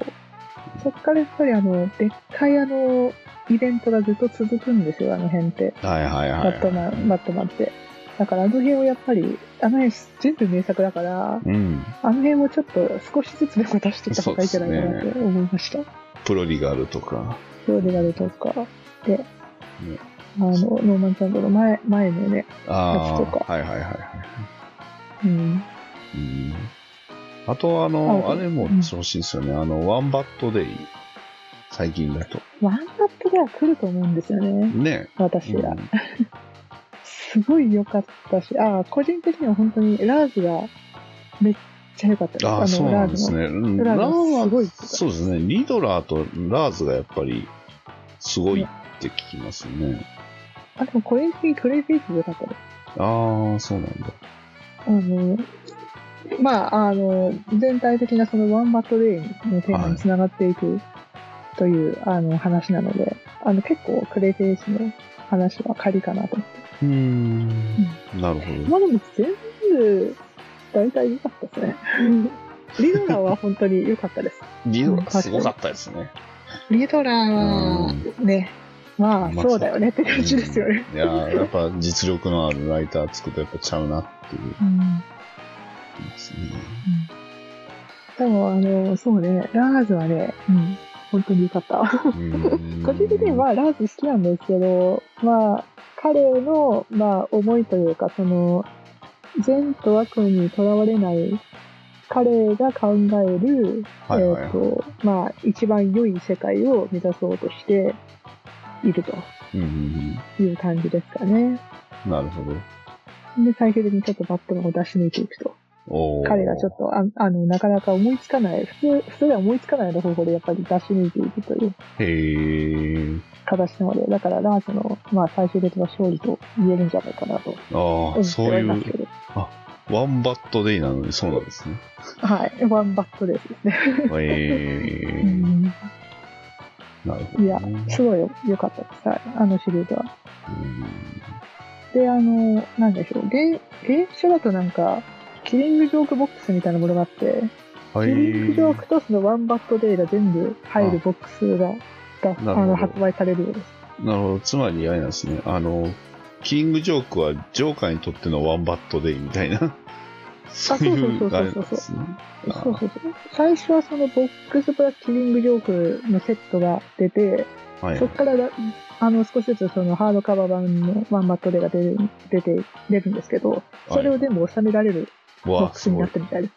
そっからやっぱりあの、でっかいあの、イベントがずっと続くんですよ、あの辺って。はいはいはい、バットマン、バットマンって。だからあの辺をやっぱり、あの辺全部名作だから、うん。あの辺をちょっと少しずつでも出していった方がいいんじゃないかなって思いました。プロリガルとか。ローデガルとか、で、あの、ノーマンちゃんとの前、前のね、あやつとあ、はいはいはいはい。うん、うんあと、あの、ああれも欲しいんですよね。あの、ワンバットデイ。最近だと。ワンカップでは来ると思うんですよね、ね。私うんは。すごい良かったし、ああ、個人的には本当にラーズがめっちゃ良かったです。ああ、そうなんですラーズの。ね。うんララーズがすーごい良かったそうですね。リドラーとラーズがやっぱり、すごいって聞きますね。あ、でも個人的にクレイフェイス良かったです。ああ、そうなんだ。あの、まあ、あの、全体的なそのワンバットデイのテーマにつながっていくという、あの話なので、あの結構クレイフェイスの話は仮かなと思って。うーん。なるほど。まあでも全部、大体良かったですね。 リドラは本当に良かったです。リドラうんーすごかったですね。リドラはね、まあまあそうだよねって感じですよね。うんいやーやっぱ実力のあるライターつくとやっぱちゃうなっていううん気がします ね。でもあの、そうね、ラーズはね、うん、本当に良かった。うん個人的にはラーズ好きなんですけど、まあ、彼の、まあ、思いというか、その、善と悪にとらわれない、彼が考える、はいはいはいえっ、と、まあ、一番良い世界を目指そうとしているとうんうんいう感じですかね。うんなるほど。で、最終的にちょっとバットマンを出し抜いていくと。おー彼がちょっとあ、あの、なかなか思いつかない、普通、普通では思いつかないような方法でやっぱり出し抜いていくという。へえ。形なので、だからラーズの、まあ、最終的な勝利と言えるんじゃないかなとあ思あ、っそうていいますう、けど、ワンバットデイなのにそうなんですね。 はい、ワンバットレースですね。ええうんなるほど。いや、すごいよ良かったです、はい、あのシリーズは。うんで、あの、なんでしょう、ゲー、ゲー書だとなんか、キリングジョークボックスみたいなものがあって、はキリングジョーい。クとそのワンバットデイが全部入るボックスが、だなるほどあの発売されるようです。なるほど。つまり、あれなんですね。あの、キングジョークはジョーカーにとってのワンバットデイみたいな、そういうあれなんですね。あそうそうそう。最初はそのボックスプラスキリングジョークのセットが出て、はいそこからだあの少しずつそのハードカバー版のワンバットデーが出る出て出るんですけど、それを全部収められるボッわあ、クすスにごないっ。てるみたいです。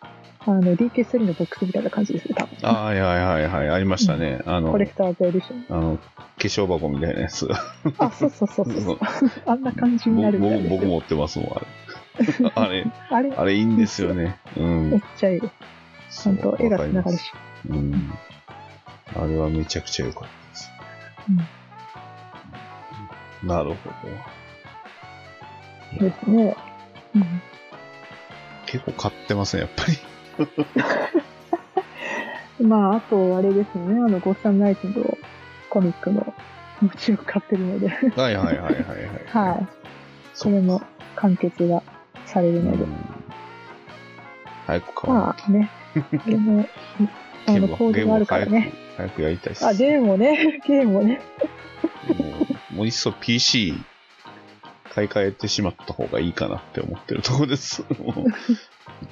あの DK3 のボックスみたいな感じですね、多分。あはいはいはいはい、ありましたね。あのコレ、クターズエディ ション。あの、化粧箱みたいなやつ。あ、そうそうそうそう。 あんな感じにな僕るみたい僕です僕よ。持ってますもん、 あれ。あれあれ、、あれいいんですよね。うめっん。ちゃいいです。ちゃんと絵わがかりま繋がするし。うん。あれはめちゃくちゃ良かったです。なるほど。ですね。うん結構買ってますね、やっぱ り。まあ、あと、あれですね、あの、ゴッサンナイツのコミックの、もちろん買ってるので、はいはいはいはいはい。はい。そそうれも完結がされるうので。ん早く買わなま あね、ゲーム、あの、コードがあるからね。早く早くやりたいっす。あ、ゲームもね、 ゲームもね。もう、もういっそ PC 買い替えてしまった方がいいかなって思ってるところ です。もう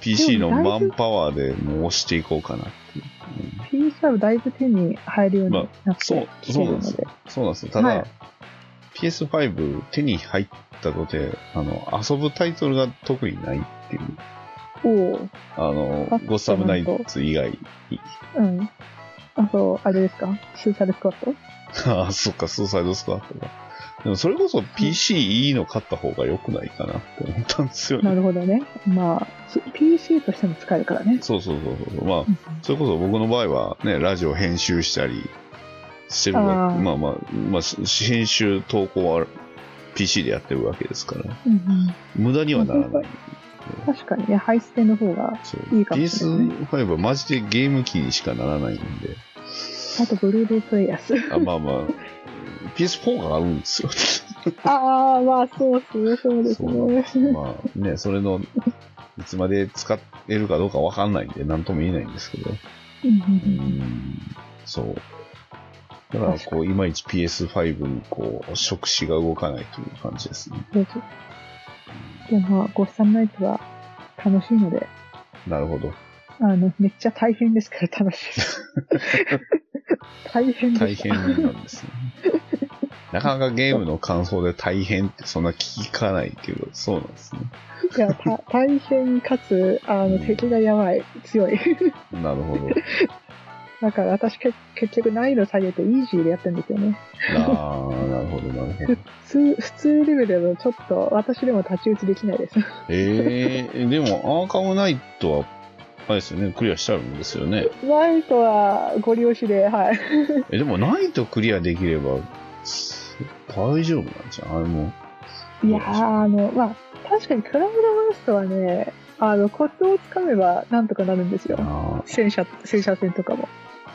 PC のマンパワーでもう押していこうかなっていう P シャブだいぶ手に入るようになってそう、きそてうなるんのですでよ。。そうなんですよ。ただ、はい PS5 手に入ったので、あの、遊ぶタイトルが特にないっていう。おお、あのあそうなん、だゴッサムナイツ以外。うん。あと、あれですかスーサルスクワットああ、そっか、スーサイドスクワットが。でもそれこそ PC いいの買った方が良くないかなって思ったんですよね。なるほどね。まあ、そ PC としても使えるからね。そうそうそうそう。まあう、んそれこそ僕の場合はね、ラジオ編集したりしてるわあーまあまあ、まあ、し編集投稿は PC でやってるわけですから、うん無駄にはならそなうい。うん、確かにね、ハイスペの方が、そういいかもしれない PS5 はマジでゲーム機にしかならないんで、あとブルーレイプレイヤース。あまあまあ、PS4 があるん ですよ。ああ、まあそうですね、そうですそうなんね。まあね、それの、いつまで使えるかどうかわかんないんで、なんとも言えないんですけど。うんうんうーん、そう。だから、確こう、いまいち PS5 に、こう、触手が動かないという感じですね。うんそうそうでもまあ、ゴッサンナイトは楽しいので、なるほど。あの、めっちゃ大変ですから楽しいです。大変で大した。変なんですね。 なかなかゲームの感想で大変ってそんな聞かないけど、そうなんですね。いや、た大変かつ、あの、敵がやばい、強い。なるほど。だから私け結局難易度下げてイージーでやってるんですよね。ああ、なるほど、なるほど。普通、普通レベルだとちょっと私でも太刀打ちできないです。ええでも、アーカムナイトは、あれですよね、クリアしてあるんですよね。ナイトはご利用しで、はい。え、でも、ナイトクリアできれば、大丈夫なんじゃんあれも。いやー、あの、まあ、確かにクラウドバーストはね、あの、コツをつかめばなんとかなるんですよ。あ戦車、戦車戦とかも。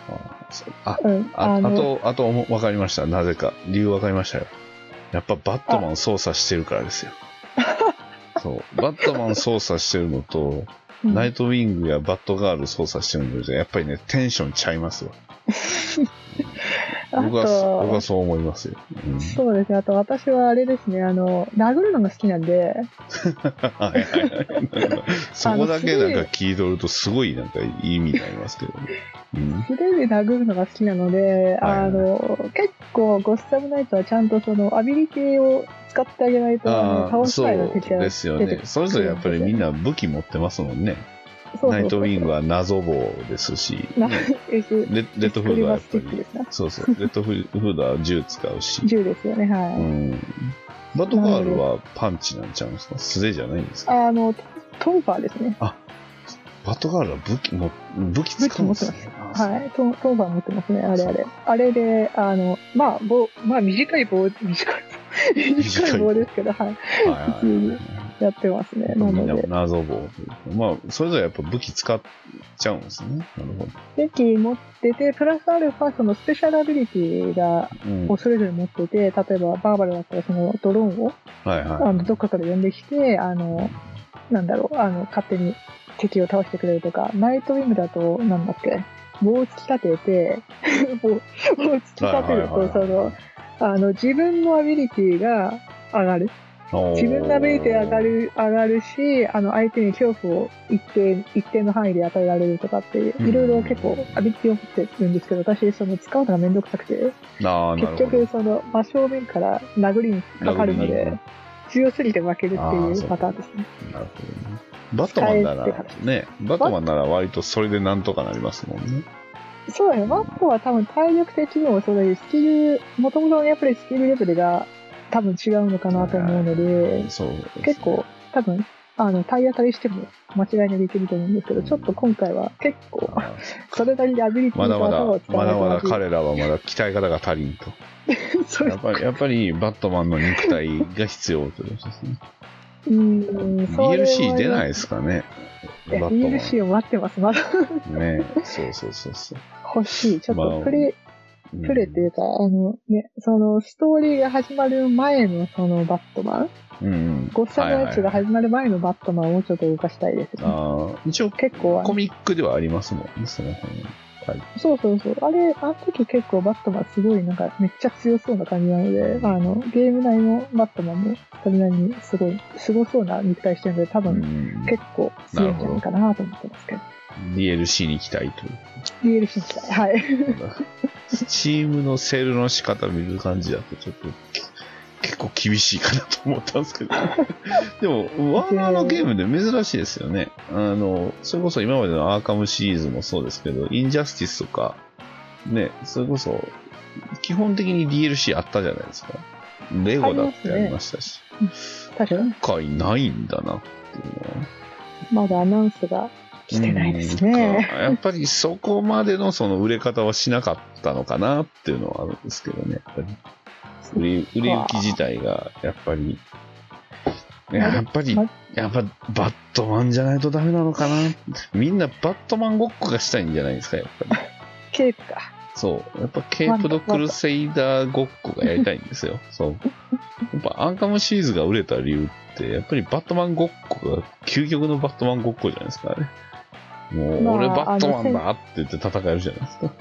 あ、そうあ、うん。ああの、と、あと思う、わかりました。なぜか。理由わかりましたよ。やっぱバットマン操作してるからですよ。 そう。バットマン操作してるのと、うんナイトウィングやバットガール操作してるのじゃ、やっぱりね、テンションちゃいますわ。あ僕は、僕はと、そう思いますよ。 うん、そうですね。あと私はあれですね、あの、殴るのが好きなんで、はいはいはい。そこだけなんか聞いとると、すごいなんかいい意味になりますけどね。うん素手で殴るのが好きなので、はいはいあの、結構ゴッサムナイトはちゃんとその、アビリティを使ってあげないと、あのああ、倒しそたいのう敵がですよね。それぞれやっぱりみんな武器持ってますもんね。そうそうそうナイトウィングは謎棒ですし、なね S レレッドフードはやっぱスクリバースティックり、ですなそう そう、レッドフードは銃使うし、銃ですよね、はい。うん、バトガールはパンチなんちゃうんですか素手じゃないんですかあの、トンファーですね。バトガールは武器も、武器使うんですね。い。はい。トントンファー持ってますね。あれそあうれ。あれで、あの、まあ、棒、まあ、短い棒、短い、短い棒ですけど、はい。はいはい普通にやってますね。なみのんなで、謎棒。まあ、それぞれやっぱ武器使っちゃうんですね。なるほど。武器持ってて、プラスアルファ、そのスペシャルアビリティが、うん、をはいそれぞれ持ってて、例えば、バーバルだったら、そのドローンを、あはの、どっかから呼んできて、あの、なんだろう、あの、勝手に敵を倒してくれるとか、ナイトウィングだと、なんだっけ、棒を突き立てて、 棒棒を突きい。立てると、その、あの、自分のアビリティが上がる。自分がめいて上が。る、上がるし、あの、相手に恐怖を一定、一定の範囲で与えられるとかって、んいろいろ結構、アビリティを持ってるんですけど、私、その、使うのがめんどくさくて、ああ、なる結ほど局、。その、真正面から殴りにかかるの殴りでに、強すぎて負けるってあーいそううパターンですね。なるほどね。バットマンな使えらって、ね、バットマンなら割とそれでなんとかなりますもんね。そうだね、マッコは多分体力的にもそうだし、スキル、もともとのやっぱりスキルレベルが多分違うのかなと思うので、そうですね結構多分、あの、体当たりしても間違いなくいけると思うんですけど、ちょっと今回は結構、あそれなりにアビリティまだとまだ 頭を、使まわないだとまだ彼らはまだ鍛え方が足りんと。 そうやっぱり、やっぱりバットマンの肉体が必要ということですね。うーん、それは DLC 出ないですかね。いやバットマン DLC を待ってます。まだね。そうそうそうそう。欲しい。ちょっまあとプレイ、うんプレイっていうか、あのね、そのストーリーが始まる前のそのバットマン、うんうん。ごっさんのやつがはい始まる前のバットマンをちょっと動かしたいですね。はいはいあー一応、結構あコの、ミックではありますもんね、その辺。そうそうそう。あれ、あの時結構バットマンすごいなんかめっちゃ強そうな感じなので、あの、ゲーム内のバットマンもそれなりにすごい、すごそうな肉体してるので、多う分ん。結構強いんじゃないかなと思ってますけど。 DLC に行きたいという。 DLC 自体。はい。 チームのセールの仕方見る感じだとちょっと結構厳しいかなと思ったんですけど でもワーナーのゲームで珍しいですよねあのそれこそ今までのアーカムシリーズもそうですけどインジャスティスとかねそれこそ基本的に DLC あったじゃないですかレゴだってありましたし、確かに。今回ないんだなっていうのはまだアナウンスが来てないですね。うんやっぱりそこまでのその売れ方はしなかったのかなっていうのはあるんですけどね。やっぱり売れ売れ行き自体がやっぱり、やっぱり、やっぱバットマンじゃないとダメなのかな。みんなバットマンごっこがしたいんじゃないですか、やっぱり。ケープか。そう。やっぱケープドクルセイダーごっこがやりたいんです よ。そう。やっぱアンカムシリーズが売れた理由って、やっぱりバットマンごっこが、究極のバットマンごっこじゃないですか、ね。もう、まあ俺バットマンだって言って戦えるじゃないですか。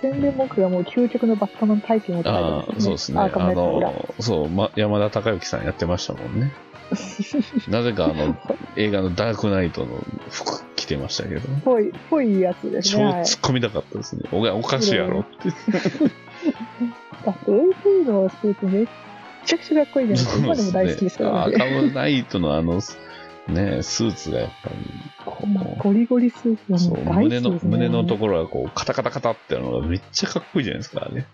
宣伝文句がもう究極のバットマン体験をああ、そうですね。アあーカムのやの、そう、ま、山田孝之さんやってましたもんね。つが。なぜかあの、映画のダークナイトの服着てましたけど。 ぽい、ぽいやつです超ね。はい突っ込みたかったですね。おがおかしいやろって。だって AP のスーツめっちゃくちゃかっこい いじゃないですか。今でも大好きですからアねー。カムナイトのあの、ね、スーツがやっぱり、こう、ゴリゴリスーツがそもうう大好き胸です、のね、胸のところがこう、カタカタカタってやるのがめっちゃかっこいいじゃないですか、あれ。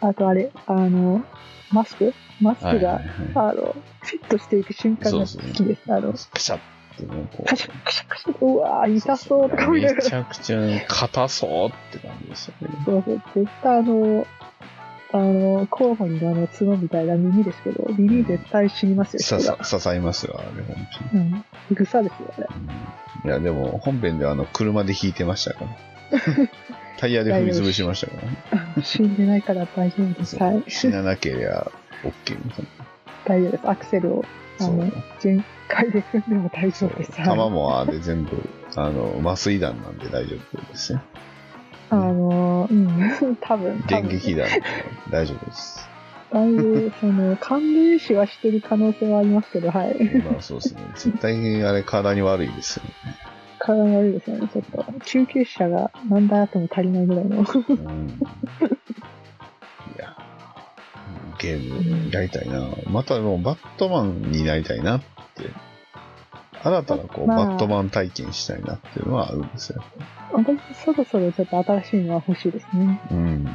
あとあれ、あの、マスクマスクが、はいはいはい。あの、フィットしていく瞬間が好きです。あの、カシャってね、こう。カシャカシャカシャうわー、痛そうとか見ながめら。ちゃくちゃ硬そうって感じでしたね。そうそう、絶対あの、あの、候補にあの、角みたいな耳ですけど、耳絶対死にますよ、さ人がさ、刺さりますよ、あれ、本当に。うん。草ですよ、あれ。うんいや、でも、本編ではあの、車で引いてました から。タイヤで踏み潰しましたからね。うん死んでないから大丈夫です。そはい。う死ななけりゃ、OK みたい大丈夫です。アクセルを、な。あそうの、全開で踏んでも大丈夫です。はい弾もあれ全部、あの、麻酔弾なんで大丈夫ですね。あの、うん、 多分。多電分撃弾なんで大丈夫 です。だいぶ、その、感電死はしてる可能性はありますけど、はい。まあそうですね。絶対にあれ体に悪いですよね。体悪いですよね、ちょっと。中級者が何台あっても足りないぐらいの。うん、いや、ゲームやりたいな。またもうバットマンになりたいなって。新たなこう、まあバットマン体験したいなっていうのはあるんですよ。私、そろそろちょっと新しいのは欲しいですね。うん。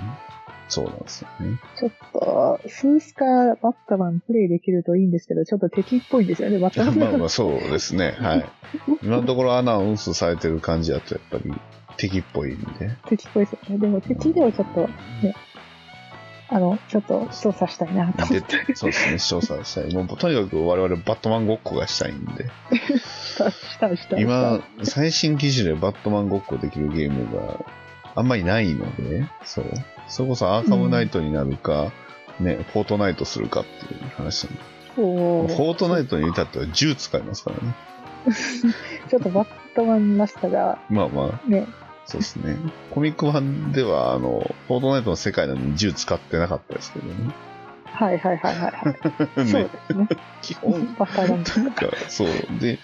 そうなんですよね。ちょっと、スースカーバットマンプレイできるといいんですけど、ちょっと敵っぽいんですよね、バットマン。 まあまあそうですね。はい。今のところアナウンスされてる感じだとやっぱり敵っぽいんで。敵っぽいですよね。でも敵ではちょっと、ね、あの、ちょっと操作したいなと思でって。そうですね、調査したい。も うとにかく我々バットマンごっこがしたいんで。した、した、した。今、最新機種でバットマンごっこできるゲームがあんまりないので、そう。それこそアーカムナイトになるか、ね、フォートナイトするかっていう話に。おフォーートナイトに至っては銃使いますからね。ちょっとバットマンらしさが、まあまね、あ、そうですね。コミック版では、あの、フォートナイトの世界なのに銃使ってなかったですけどね。はいはいはいはいはい。そ うね、ですね。基本、バカななんんか、そう。で、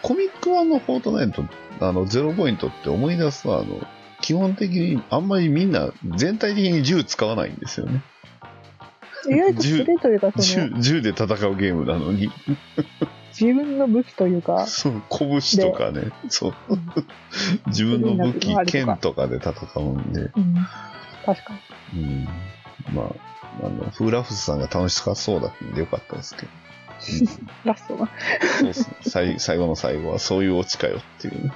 コミック版のフォートナイト、あの、ゼロポイントって思い出すのは、あの、基本的にあんまりみんな全体的に銃使わないんですよね。意外と素手というか、そ銃の、銃で戦うゲームなのに、自分の武器というか、そう、拳とかね、そう、 自分の武器、剣とかで戦うんで、うん、確かに。うん、まあ、あの、フーラフスさんが楽しそうだったんでよかったですけど、ラストな。そうですね。最最後の最後はそういうオチかよっていうね。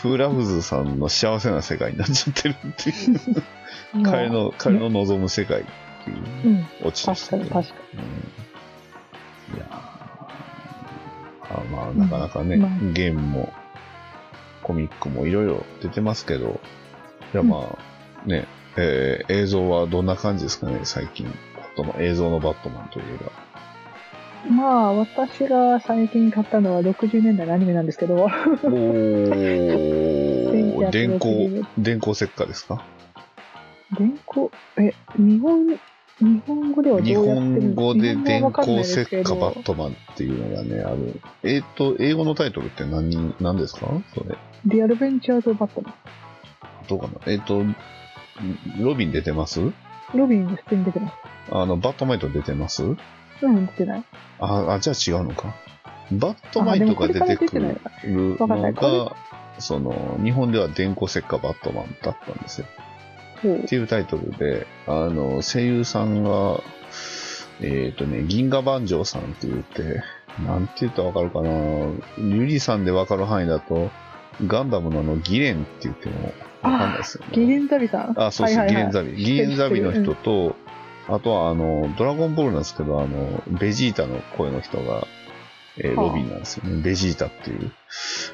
フーラフズさんの幸せな世界になっちゃってるっていう。彼の、彼の望む世界っていううん、オチでし確かたねに。確かうんいやーあまあ、なかなかね、うんまあゲームも、コミックもいろいろ出てますけど、いやまあ、ね、えー映像はどんな感じですかね、最近。この映像のバットマンといえ ば。に。まあ、私が最近買ったのは60年代のアニメなんですけど、おお、電光、電光石火ですか電光、え、日本、日本語ではどう日やってる本語で日本電はわかんない光で石すけ火どバットマンっていうのがね、ある。えっ、と、英語のタイトルって何、何ですかそれ。リアルベンチャーズバットマどうかなえっ、と、ロビン出てますン。ロビンが普通に出てます。あの、バットマイト出てますうん、出てない。あ、あ、じゃあ違うのか。バットマイトが出てくるわかんなのいこれが、その、日本では電光石火バットマンだったんですよ。ほうっていうタイトルで、あの、声優さんが、えっ、とね、銀河万丈さんって言って、なんて言ったらわかるかな、ゆりさんでわかる範囲だと、ガンダムのあの、ギレンって言ってもわかんないですよ、ね。ギレンザビさん。あ、そうそう、はいはいギはいレンザビ。ギレンザビの人と、あとはあの、ドラゴンボールなんですけど、あの、ベジータの声の人が、えーはあロビンなんですよね。ベジータっていう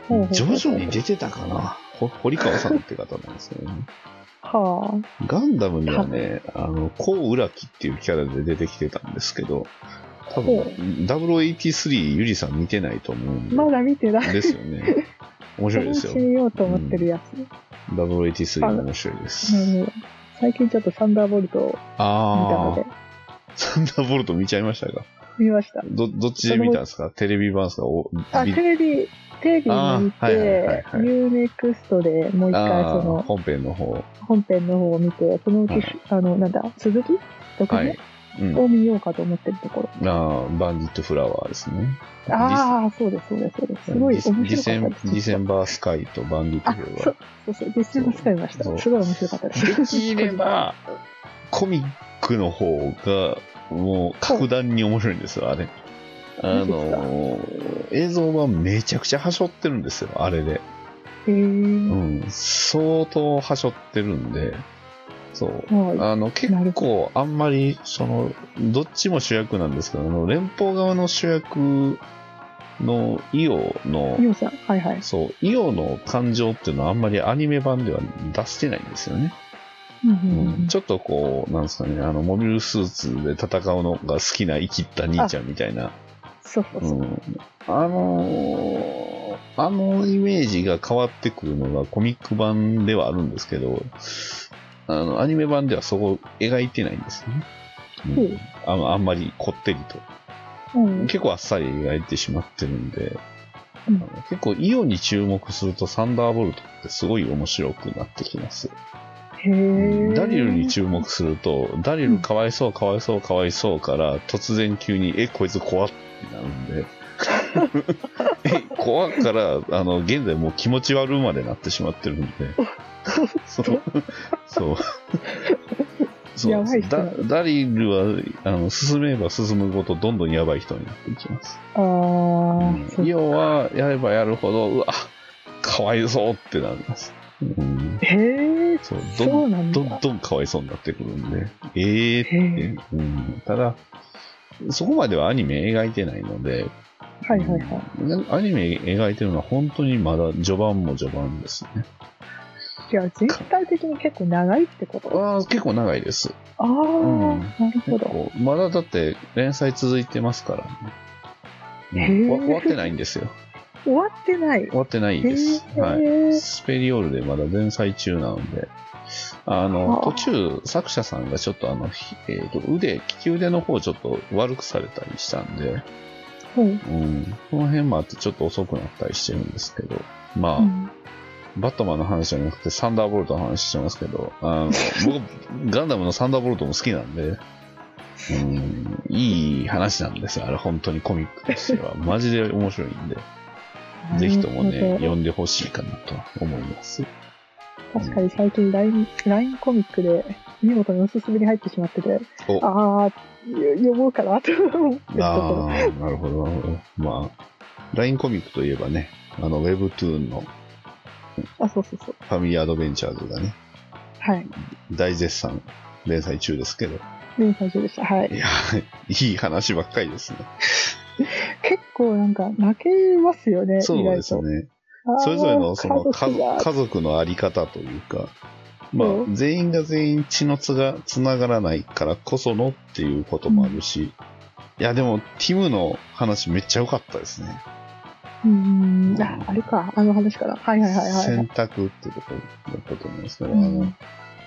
ほうほうほ。うジョジョに出てたかなほ堀川さんって方なんですよね。はガンダムにはね、あの、コウ・ウラキっていうキャラで出てきてたんですけど、多分ほ、 0083ゆりさん見てないと思うんあ。で。まだ見てない。ですよね。面白いですよ楽し。みようと思ってるやつ。 0083面白いです。なるほど最近ちょっとサンダーボルトを見たあのあで、サンダーボルト見ちゃいましたか見ました。ど、どっちで見たんですかテレビ版ですかおあ、ビテレビ、テレビあーで見はいはいはいて、はいニューネクストでもう一回あそーの本編の方。本編の方を見て、そのうち、はいあの、なんだ、続き続は編、い。うん。を見ようかと思ってるところ。ああ、バンディットフラワーですね。ああ、そうです、そうです、そうです。ディスすごいデ面ィス白デかィセンったです。ディセンバースカイとバンディットあフラワーそ。うそうそう、実際も使いましそうた。すごい面白かったです。できれば、コミックの方が、もう、格段に面白いんですよ、あれ。あのー、映像はめちゃくちゃはしょってるんですよ、あれで。へうえ。ん。相当はしょってるんで、そう。はあの、結構、あんまり、その、どっちも主役なんですけど、あの連邦側の主役のイオのい。ミ、オさん、はいはい。そう、イオの感情っていうのはあんまりアニメ版では出してないんですよね。うんううんんうんちょっとこう、なんですかね、あの、モビルスーツで戦うのが好きな生きった兄ちゃんみたいな。そうそううそう。ん、あのーあのイメージが変わってくるのがコミック版ではあるんですけど、あの、アニメ版ではそこを描いてないんですよね。ううんん、あのあんまりこってりと。うん結構あっさり描いてしまってるんで、うんあの結構イオンに注目するとサンダーボルトってすごい面白くなってきます。へえ。ダリルに注目すると、ダリルかわいそうかわいそうかわいそうから、突然急に、え、こいつ怖ってなるんで。 え、怖っから、あの、現在もう気持ち悪までなってしまってるん で。そう。そう。そうやなんばでいす人ダだダリルは、あの、進めば進むごと、どんどんやばい人になっていきます。ああ、うそんう。要は、やればやるほど、うわ、かわいそうってなります。うん、へえ。そう、どんそうなんどんだ。どんかわいそうになってくるんで、ええへえ。って、うん、ただ、そこまではアニメ描いてないので、はいはいはい。うんアニメ描いてるのは本当にまだ序盤も序盤ですね。じゃあ全体的に結構長いってことあー結構長いです。ああ、んなる結ほど。構まだだって連載続いてますからね。うんへーわ終わってないんですよ。終わってない。終わってないです。へーはい。スペリオールでまだ連載中なので、あの、あー途中、作者さんがちょっとあの、ひえーと腕、利き腕の方をちょっと悪くされたりしたんで、うん。うん、その辺もあってちょっと遅くなったりしてるんですけど、まあ、うんバットマンの話じゃなくてサンダーボルトの話してますけど、あの僕、ガンダムのサンダーボルトも好きなんで、うん、いい話なんですよ。あれ、本当にコミックとしては。マジで面白いんで、ぜひともね、なるほど読んでほしいかなと思います。確かに最近 LINE, LINE コミックで見事におすすめに入ってしまってて、おああ、読もうかなと思ってたけどああ、なるほど、なるほど。まあ、LINE コミックといえばね、あの、Webtoon のあ、そうそうそう。ファミリーアドベンチャーズがね、はい。大絶賛連載中ですけど、連載中でした。はい。いや、いい話ばっかりですね。結構なんか泣けますよね、そうです意外とね。あーそれぞれのその家家族族が家族のあり方というか、まあそ、全員が全員血のつがつながらないからこそのっていうこともあるし、いや、でも、ティムの話めっちゃ良かったですね。うーん、ああれか、あの話かな。はいはいはいはい。選択ってことだったと思うんですけど、うんあの、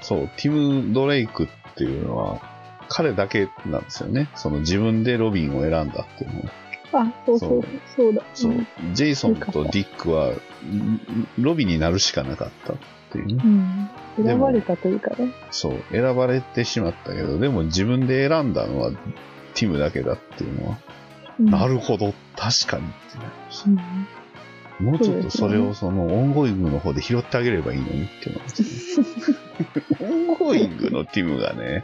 そう、ティム・ドレイクっていうのは、彼だけなんですよね。その自分でロビンを選んだっていうのは。あ、そうそう、そうだ。そううん。ジェイソンとディックは、んロビンになるしかなかったっていうね。うん。で選もばれたというかね。そう、選ばれてしまったけど、でも自分で選んだのはティムだけだっていうのは、うんなるほど、確かにってなりましうたんもうちょっとそれをそのオンゴイングの方で拾ってあげればいいのにっていうのがオ ンゴイングのティムがね、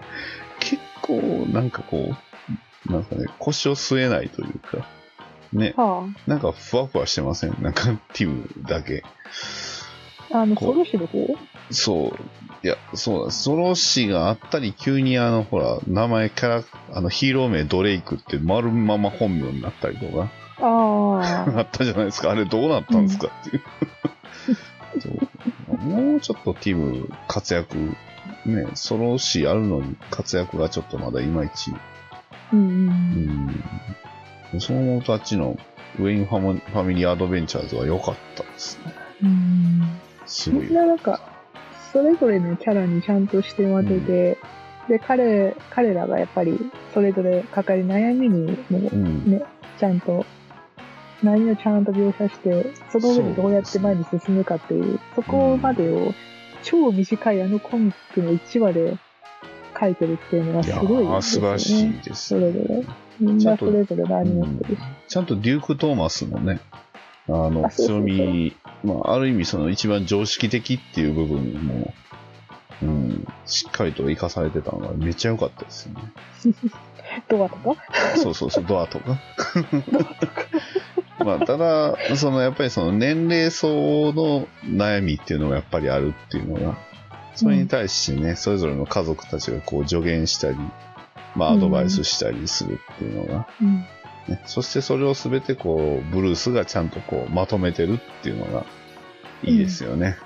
結構なんかこう、なんかね、腰を据えないというか、ね、はなんかふわふわしてませんなんかティムだけ。あ、あの、こうソロシの方そう。いや、そうなんです。ソロ誌があったり、急にあの、ほら、名前、キャラ、あの、ヒーロー名ドレイクって丸まま本名になったりとか、 ああ。あったじゃないですか。あれどうなったんですかっていう。そうもうちょっとティム活躍、ね、ソロ誌あるのに活躍がちょっとまだいまいち。うんう。うんん。そう思うとあっちのウェインファモファミリーアドベンチャーズは良かったですね。うん。すごみいん。ななんか、それぞれのキャラにちゃんとして混ぜて、で、彼、彼らがやっぱり、それぞれ抱える悩みにもうん。ちゃんと、悩みをちゃんと描写して、その上でどうやって前に進むかっていう、そこまでを、超短いあのコミックの1話で書いてるっていうのがいすやごいー、です素晴よねらしいですそれぞれ。みんなそれぞれ何うもんしてるし。ちゃんとデューク・トーマスのね、あの、あそうそ強うそうみ、まあ、ある意味その一番常識的っていう部分も、うん、しっかりと活かされてたのがめっちゃ良かったですよ ね。ドアとかそうそうそう、ドアとか。 まあ、ただ、そのやっぱりその年齢層の悩みっていうのがやっぱりあるっていうのが、それに対してね、それぞれの家族たちがこう助言したり、まあアドバイスしたりするっていうのが、うん。ね、そしてそれをすべてこう、ブルースがちゃんとこう、まとめてるっていうのが、いいですよね。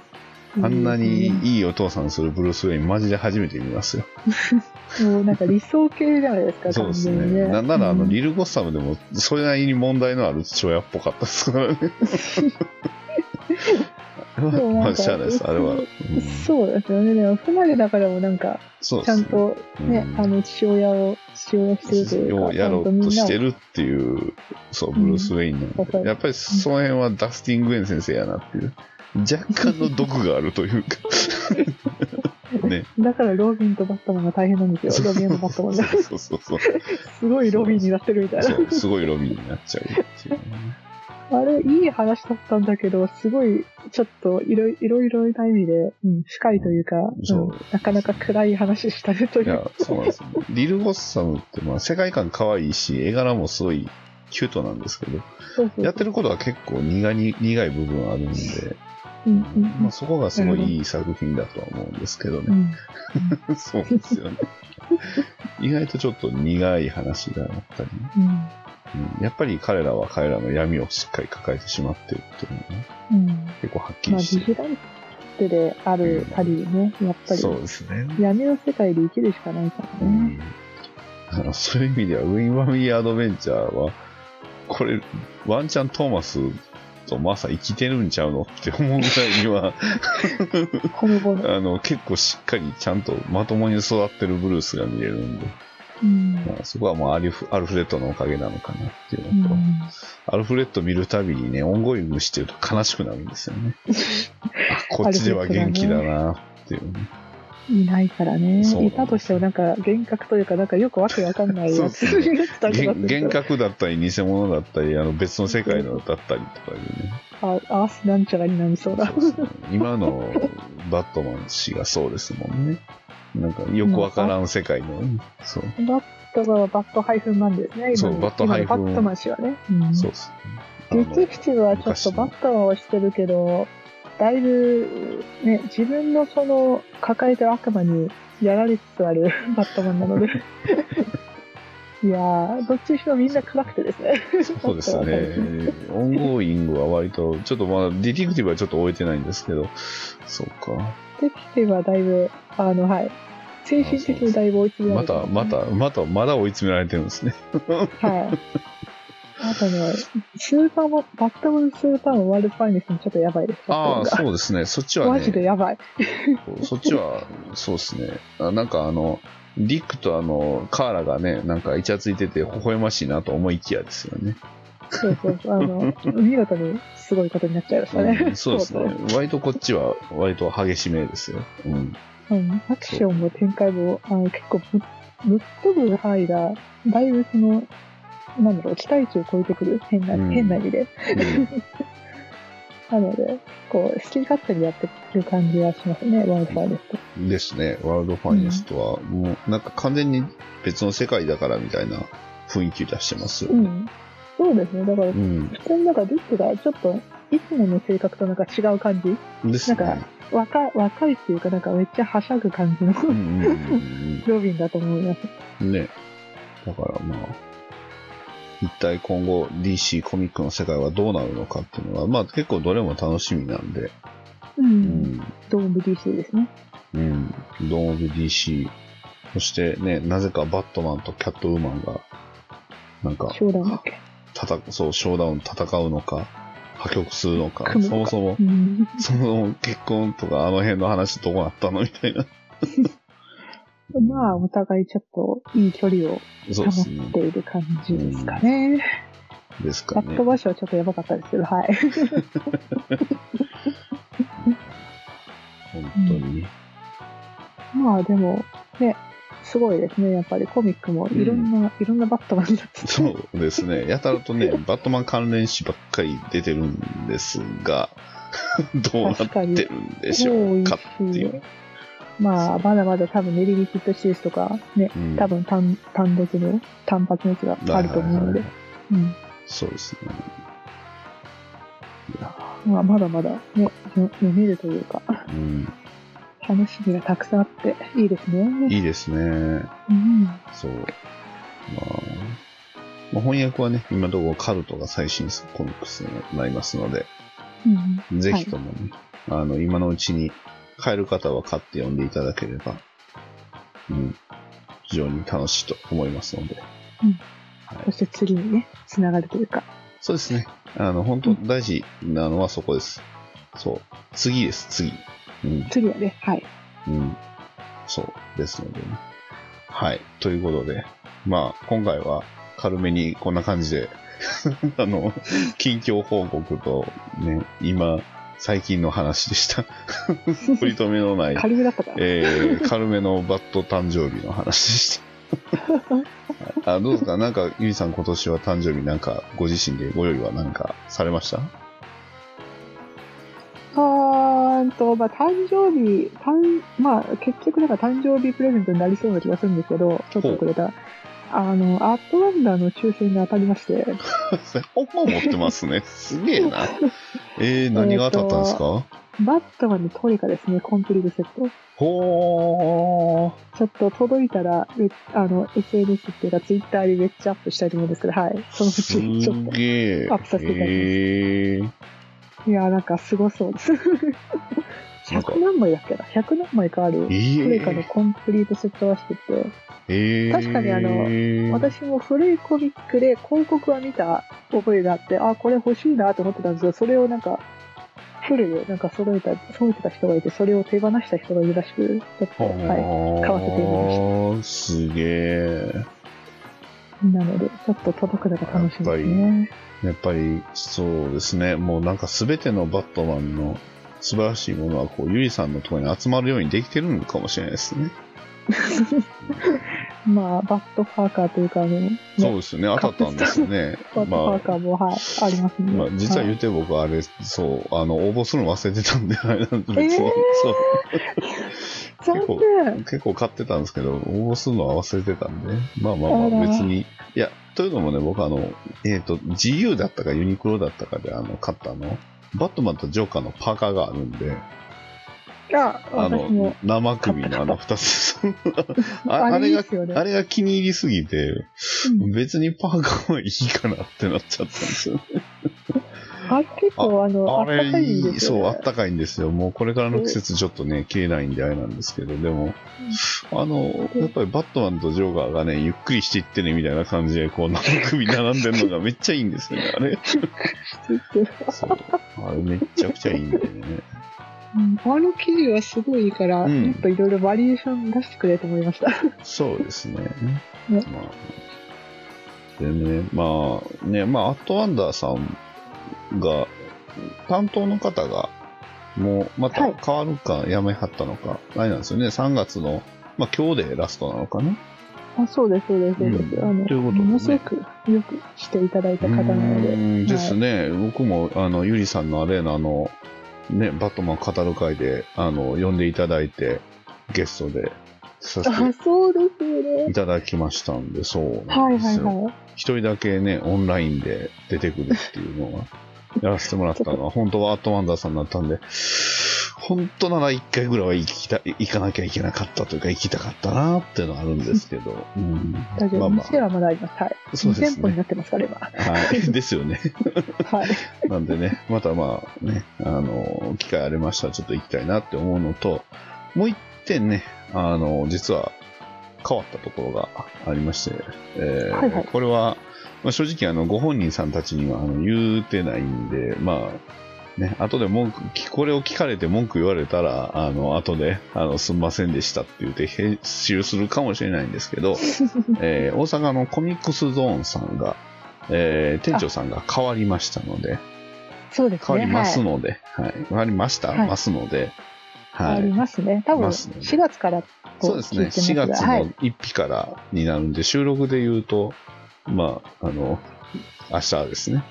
あんなにいいお父さんするブルース・ウェイン、マジで初めて見ますよ。もうなんか理想系じゃないです か、そうで完す全にね。ね。なんなら、あの、うんリル・ゴッサムでも、それなりに問題のある父親っぽかったです からね。あれはそうなんかまあ、しゃあないです。あれは。うんそうですよね。でも、ふまでだからもなんか、そうちでゃすんね。とね、うんあの、父親を、父親してるというをか、やろうとしてる。るっていう、そう、うんブルース・ウェインなんわかで、るやっぱりその辺はダスティン・グエン先生やなっていう、若干の毒があるというか、ね。だから、ロビンとバットマンが大変なんですよ。ロビンとバッ トマンが。そうそうそう。すごいロビンになってるみたいな。そう、すごいロビンになっちゃうっていうね。あれ、いい話だったんだけど、すごい、ちょっといろい、いろいろな意味で、うん、深いというか、、そううんなかなか暗い話したねといいうや、そうなんですよ。リル・ゴッサムって、まあ、世界観可愛いし、絵柄もすごいキュートなんですけど、そうそうやってることは結構苦に苦い部分あるんで、うんうんまあ、そこがすごいいい作品だとは思うんですけどうね。ん そうですよね。意外とちょっと苦い話があったり、うんうんやっぱり彼らは彼らの闇をしっかり抱えてしまっているっていうのがねうん結構はっきりまあ、ビしてジる。ランテであるたりね、やっぱり、そうですね。闇の世界で生きるしかないからね。あのそういう意味では、ウィン・ファミリー・アドベンチャーは、これ、ワンチャントーマス、とマサ生きてるんちゃうのって思うぐらいに は、ほのぼの。あの、結構しっかりちゃんとまともに育ってるブルースが見れるんで、うん。まあそこはもうアリフアルフレッドのおかげなのかなっていううのと、ん、アルフレッド見るたびにね、オンゴイムしてると悲しくなるんですよね。あこっちでは元気だなっていうね。いないからね。そういたとしてもなんか幻覚というか、なんかよくわけわかんないやつそうそうになってたりとかする幻幻から覚だったり、偽物だったり、あの別の世界のだったりとかでね。あ、アースなんちゃらになりそうだ。そうですね今のバットマン氏がそうですもんね。なんかよくわからん世界の、そう、バットがバットハイフンマンですね。今そうバットハイフン今のバットマン氏はね。うんそうですね。 実質はちょっ昔とのバットマンはしてるけど、だいぶ、ね、自分のその抱えてる悪魔にやられつつあるバットマン なので。いやー、どっちにしろみんな暗くてですね。そうですね。オンゴーイングは割と、ちょっとまあ、ディティクティブはちょっと終えてないんですけど、そうか。テキティはだいぶ、あの、はい。精神的にだいぶ追い詰めらまれてた、すねまた、また、まだ追い詰められてるんですね。はい。あとね、スーパーも、バットマンスーパーマンワールドファイネスもちょっとやばいです。ああ、ちょっそうですね。そっちとがはマジでね、やばい。そっちは、そうですね。あなんかあの、ディックとあの、カーラがね、なんかイチャついてて、微笑ましいなと思いきやですよね。そうそうそう。あの、見事にすごいことになっちゃいましたね。うんそうですね。割とこっちは、割と激しめですよ。うん。うん、アクションも展開も、あの結構ぶぶっ飛ぶ範囲が、だいぶその、なんだろう、期待値を超えてくる、変な、うん変な意味で。うんなので、こう、好き勝手にやってる感じがしますね、ワンファイですと。 ですね、ワールドファイネストは、もうなんか完全に別の世界だからみたいな雰囲気出してますようね。ん。そうですね、だから、うん。普通になんかディックがちょっと、いつもの性格となんか違う感じですなねん。若若いっていうか、なんかめっちゃはしゃぐ感じのうんうんうんロビンだと思います。うんね。だからまあ、一体今後 DC コミックの世界はどうなるのかっていうのは、まあ結構どれも楽しみなんで、う。うんん。ドーム DC ですね。うん。ドーンオブ DC。そしてね、なぜかバットマンとキャットウーマンが、なんか、商談だっけ。戦そう、ショーダウン戦うのか、破局するのか、そ組むものかそもう、ん。その結婚とかあの辺の話どこなったのみたいな。まあ、お互いちょっといい距離をそう保でっすね。ている感じですかね。ですかバッねト。バッシュはちょっとやばかったですけど、はい。 本当に。まあ、でも、ね、すごいですね。やっぱりコミックもいろんな、いろんなバットマンになっててそうですね。やたらとね、バットマン関連誌ばっかり出てるんですが、 どうなってるんでしょうかって多いいしう。、まあ、まだまだ多分練りリキッドシリーズとか、ね、うん多分単単独の単発のやつがあると思うのはいではいはいはい、うんそうですね。いやまあ、まだまだね、よ読めるというか、うん、楽しみがたくさんあって、いいですね。いいですね。うん、そう。まあ、まあ、翻訳はね、今のところカルトが最新作コミックスになりますので、うん、ぜひともね、あの、今のうちに買える方は買って読んでいただければ、うん、非常に楽しいと思いますので。そして次にね、つながるというか、そうですね。あの、本当大事なのはそこです。そう。次です、次。うん、次はね、はい。うん。そう。ですのでね。はい。ということで、まあ、今回は軽めにこんな感じで、 あの、近況報告とね、今、最近の話でした。 取り留めのない。軽めだったから。えー、 軽めのバット誕生日の話でした。 あどうですかなんか、ゆいさん今年は誕生日なんか、ご自身でご用意は何かされました あーんと、まあ、誕生日、誕、まあ、結局なんか誕生日プレゼントになりそうな気がするんですけど、ちょっと遅れた。あの、アットワンダーの抽選が当たりまして、本も持ってますね。すげえな。えー、何が当たったんですかバットマンのトリカですね、コンプリートセット。ほ ー。ちょっと届いたら、めあの、SNS っていうか、ツイッターにめっちゃアップしたいと思うんですけど、はい。そのうすち、ちょっと。げえ。アップさせていただきますえーいや、なんかすごそうです。なんか100何枚だっけな ?100 何枚かある、ええクレカのコンプリートセットらしくて、ええ確かにあの、私も古いコミックで広告は見た覚えがあって、あ、これ欲しいなと思ってたんですけど、それをなんか、フルでなんか揃えた、揃えてた人がいて、それを手放した人がいるらしく、ちょっとは買わせていただああ、すげえ。い。なので、ちょっと届くのが楽しみですね。やっぱりそうですね、もうなんか全てのバットマンの素晴らしいものはこう、ゆりさんのところに集まるようにできてるのかもしれないですね。まあ、バットパーカーというか、あの、ねそうですよね、当たったんですよね。バットパまーカーも、はい、ありますあ、ね。まあ、実ははい言って僕あれ、そう、あの、応募するの忘れてたんで、あれなんですけど、えーそう残念結構買ってたんですけど、応募するのは忘れてたんで、まあまああまあら別に。いや、というのもね、僕あの、えっ、と、GU だったかユニクロだったかであの買ったあの、バットマンとジョーカーのパーカーがあるんで、あ、あ私もの、、生首のあの二つ、 ああれいいがですよね。あれが気に入りすぎて、うん別にパーカーはいいかなってなっちゃったんですよ。あれ結構、あ の、ああったかれいいんい、ですよ、そう、ね。あったかいんですよ。もうこれからの季節ちょっとね、切れないんであれなんですけど、でも、あの、やっぱりバットマンとジョーカーがね、ゆっくりしていってね、みたいな感じで、こう、生首並んでるのがめっちゃいいんですよね、あれ。そう。あれめっちゃくちゃいいんでね。うんあの記事はすごいいいから、うんもっといろいろバリエーション出してくれと思いました。そうですね。まあ、でね、まあ、ね、まあ、アットワンダーさんが、担当の方が、もう、まはたい変わるか、やめはったのか、あれなんですよね、3月の、まあ、今日でラストなのかな。あそうです、そうです、そうです。うんあの、ということでねものすごくよくしていただいた方なのうーで、んですね、僕も、あの、ゆりさんのあれの、あの、ね、バットマン語る会で、あの、呼んでいただいて、ゲストで、させあ、そうですよてね。いただきましたんで、そうなはんいですよ。はいはい。一人だけね、オンラインで出てくるっていうの は、やらせてもらったのは、本当はアットワンダーさんだったんで、本当なら一回ぐらいは行きた行かなきゃいけなかったというか、行きたかったなっていうのはあるんですけど、うん、大丈まあま夫。店はまだあります。はい。あ、そうで店す舗にね。なってますから、今。はい、ですよね。はい。なんでね、またまあね、あの、機会ありましたらちょっと行きたいなって思うのと、もう一点ね、あの、実は変わったところがありまして、えーはいはいこれは、まあ、正直あの、ご本人さんたちにはあの言うてないんで、まあ、ね、後で文句、きこれを聞かれて文句言われたら、あの、後で、あの、すんませんでしたって言って編集するかもしれないんですけ ど、えー大阪のコミックスゾーンさんが、えー店長さんが変わりましたので、そうですね。変わりますはい。ので、はい、変わりました、はいますので、変はわりい、ますね。多分、ます4月からとそうですね、聞いてます4が月はのい。 1日からになるんで、収録で言うと、まあ、あの、明日ですね。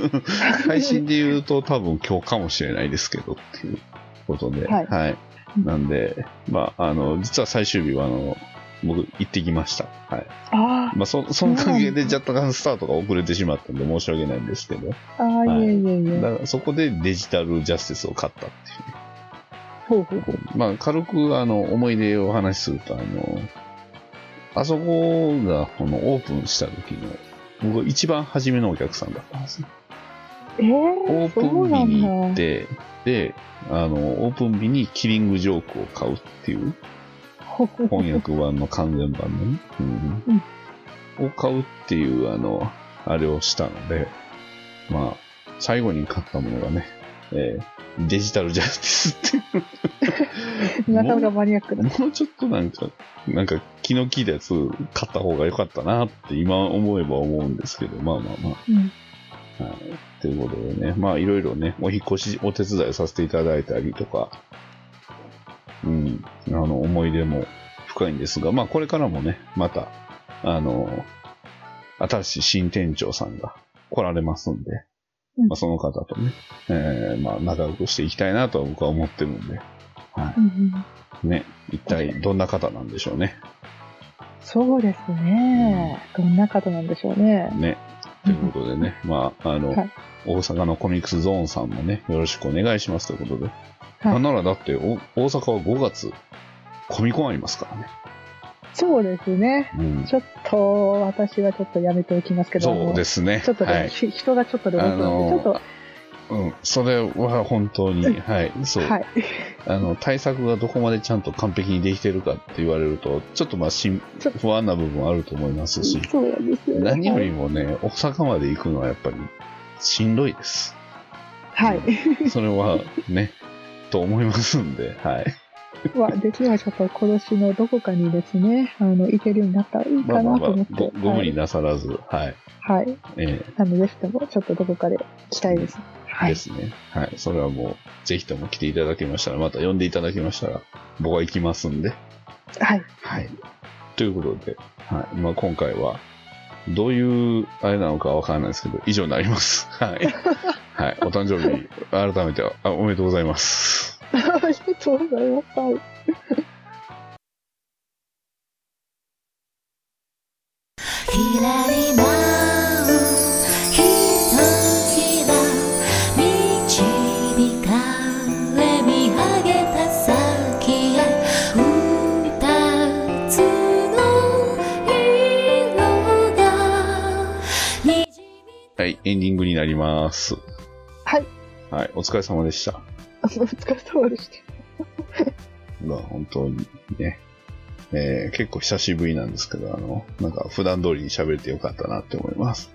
配信で言うと多分今日かもしれないですけどっていうことで、は。はいいなんで、まあ、あの、実は最終日は、あの、僕行ってきました。はい。あまあ、そその関係でそうなん若干スタートが遅れてしまったんで申し訳ないんですけど、あ、ああ、はいいえいえいだえ。からそこでデジタルジャスティスを買ったっていう。ほうほうほう。まあ、軽くあの思い出をお話しすると、あの、あそこがこのオープンした時の、僕が一番初めのお客さんだったんですね。えー、オープン日に行っそうて、で、あの、オープン日にキリングジョークを買うっていう、 なんだ。翻訳版の完全版のね、うん、を買うっていう、あの、あれをしたので、まあ、最後に買ったものがね、えーデジタルジャスティスっていう なかなかマニアックな。もうちょっとなんか、なんか気の利いたやつ買った方が良かったなって今思えば思うんですけど、まあまあまあ、うんということでね、まあいろいろね、お引っ越しお手伝いさせていただいたりとか、うん、あの思い出も深いんですが、まあこれからもね、また、あの、新しい新店長さんが来られますんで、うんまあその方とね、えーまあ仲良くしていきたいなと僕は思ってるんで、うんうんね、一体どんな方なんでしょうね。そうですね。どんな方なんでしょうね。ね。ということでね、まあ、あの、はい大阪のコミックスゾーンさんもね、よろしくお願いしますということで。なんならだってお、大阪は5月、コミコンありますからね。そうですね。うん、ちょっと、私はちょっとやめておきますけど、そうですね。ちょっとね、はい。ひ人がちょっとで多くなあんので、ちょっとうん、それは本当に、はい、そう、はい。あの、対策がどこまでちゃんと完璧にできてるかって言われると、ちょっとまあ、しんちょ不安な部分あると思いますし、 そうなんですよね。何よりもね、大阪まで行くのはやっぱりしんどいです。はい。それはね、と思いますんで、はい。は、できればちょっと今年のどこかにですね、あの、行けるようになったらいいまあかまあなまとあ思っ、ごて。ご無理なさらず、はい。はい。はい。えなので、ぜひとも、ちょっとどこかで来たいです。えはでい。すね。はい。それはもう、ぜひとも来ていただけましたら、また呼んでいただけましたら、僕は行きますんで、はい。はい。ということで、はい。まあ、今回は、どういう、あれなのかわからないですけど、以上になります。 はい。はい。お誕生日、改めて、あおめでとうございます。ありがとうございます。はい。ひらり舞うひとひら導かれ見上げた先へ二つの色がにじみはい。エンディングになります。はい。はい。お疲れ様でした。あのお疲れ様でした。まあ、本当にね、えー結構久しぶりなんですけど、あの、なんか普段通りに喋れてよかったなって思います。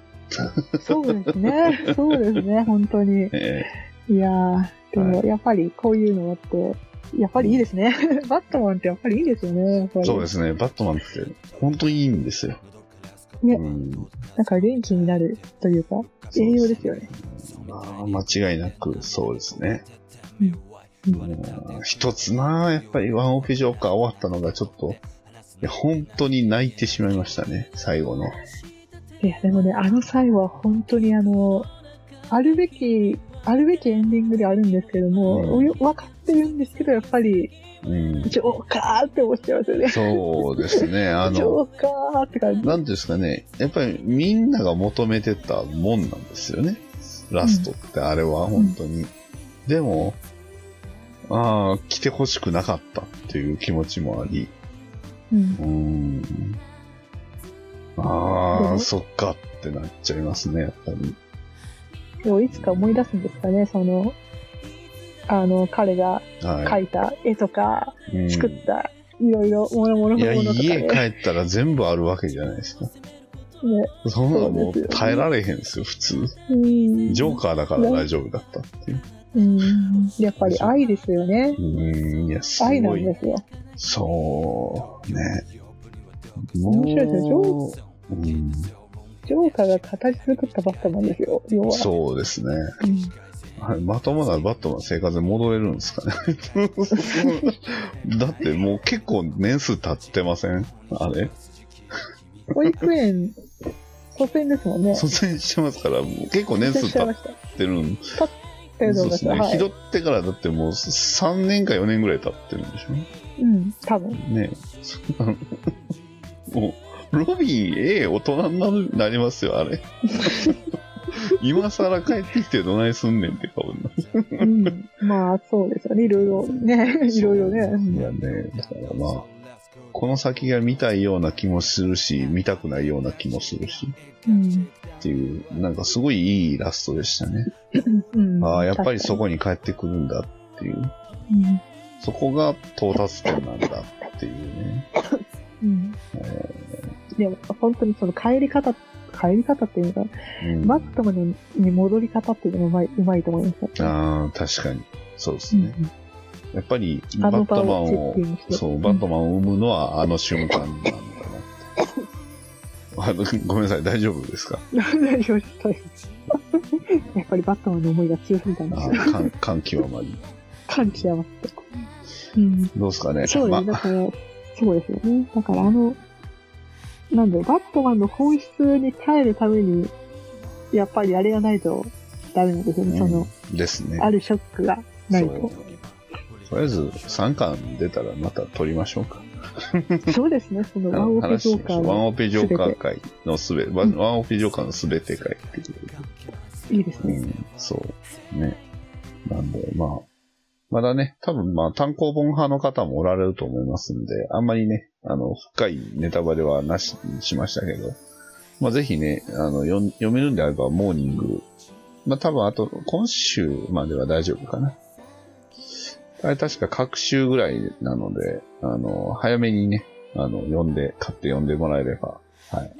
そうですね。そうですね。本当に。えいやー、ではも、やっぱりこういうのって、やっぱりいいですね。 バットマンってやっぱりいいですよね。やっぱーりそうですね、バットマンって本当にいいんですよ。ねうん、なんか元気になるというか、栄養ですよね。まあ、間違いなくそうですね。ううんん一つな、やっぱりワンオペジョーカー終わったのがちょっと、いや本当に泣いてしまいましたね、最後の。いや、でもね、あの際は本当にあの、あるべき、あるべきエンディングではあるんですけども、うんおよ分かってるんですけど、やっぱり、うん、 ジョーカーって思っちゃいますよね。そうですね、あジの、ョーカーって感じ。なんていうんですかね、やっぱりみんなが求めてたもんなんですよね。ラストってあれは本当に。でも、ああ、来てほしくなかったっていう気持ちもあり、うんうーん。あうあ、んそっかってなっちゃいますね、やっぱり。でもいつか思い出すんですかね、その、あの、彼がは描いた絵とか、い。うん作った、いろいろ、ものものいもや、のとか、ね。家帰ったら全部あるわけじゃないですか。ねそんなのもそううですよね耐えられへんですよ、普通。うんジョーカーだから大丈夫だったっていう。うん。やっぱり愛ですよね。うーん、いや、すごい。愛なんですよ。そうね。面白いですよう、うん、ジョーカーが語り尽くしたバットマンですよ、要は。そうですね。うんあれまともなバットマン生活に戻れるんですかね。 だってもう結構年数経ってませんあれ保育園、卒園ですもんね。卒園してますから、もう結構年卒園数しちゃ経いまっした。てるんそ程度うがですね。はい拾ってからだってもう3年か4年ぐらい経ってるんでしょうん、多分。ね えそんなのもう、ロビン、ええ、大人になるなりますよ、あれ。 今更帰ってきてどないすんねんって顔になる。うん、まあ、そうですよね。いろいろね、いろいろね。いやね、だからまあ、この先が見たいような気もするし、見たくないような気もするし、うん。っていう、なんかすごいいいラストでしたね。うん、ああ、やっぱりそこに帰ってくるんだっていう、確かに。そこが到達点なんだっていうね。うん。うんでも、本当にその帰り方、帰り方っていうか、うん、バットマンに戻り方っていうのがうまい、うまいと思いますよ。ああ、確かに。そうですうね。ん、やっぱり、あバのッ場トマンをセをッティングして。そう、バットマンを生むのはあの瞬間なんだなあのごめんなさい、大丈夫ですか 何をしたい やっぱりバットマンの思いが強すぎたんですあよ。感 感極まり。感極まって。うん。どうですかねそうですね。まだから、そうですよね。だから、あの、なんだろう、バットマンの本質に帰るために、やっぱりあれがないとダメなんですよね。その、うんですね。あるショックがないと。そうとりあえず3巻出たらまた撮りましょうか。そうですね。その、あワンのオペ話ジしョましーカょーうワンはオペジョーカー会のすべ、ワンワンオペジョーカーのすべて会っていう。いいですうね。ん、そう。ね。なんで、まあ、まだね、多分まあ単行本派の方もおられると思いますんで、あんまりね、あの、深いネタバレはなしにしましたけど、まあぜひね、あの、読ん読めるんであれば、モーニングまあ多分あと、今週までは大丈夫かな。あれ確か各週ぐらいなので、あの、早めにね、あの、読んで、買って読んでもらえれば、はい。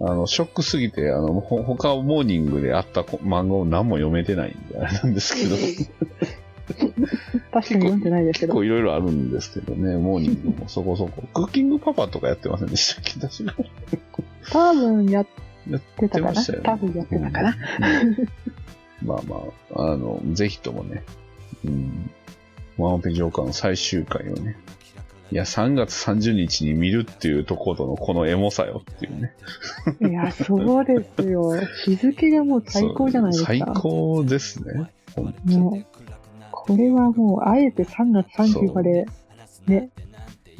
あの、ショックすぎて、あの、ほ他をモーニングであったこ漫画を何も読めてないんで、あれなんですけど、結確かに読んでないですけど構いろいろあるんですけどね、モーニングもそこそ こ。クッキングパパとかやってませんでしたっけ確か。多分やっやってたてかまなしたよね。多分やってたかな、まあまあ、あの、ぜひともね、うん、ワンオペジョーカーの最終回をね、いや、3月30日に見るっていうところのこのエモさよっていうね。いやそうです よ日付がもう最高じゃないですかそう最高ですね。もうこれはもうあえて3月30日までね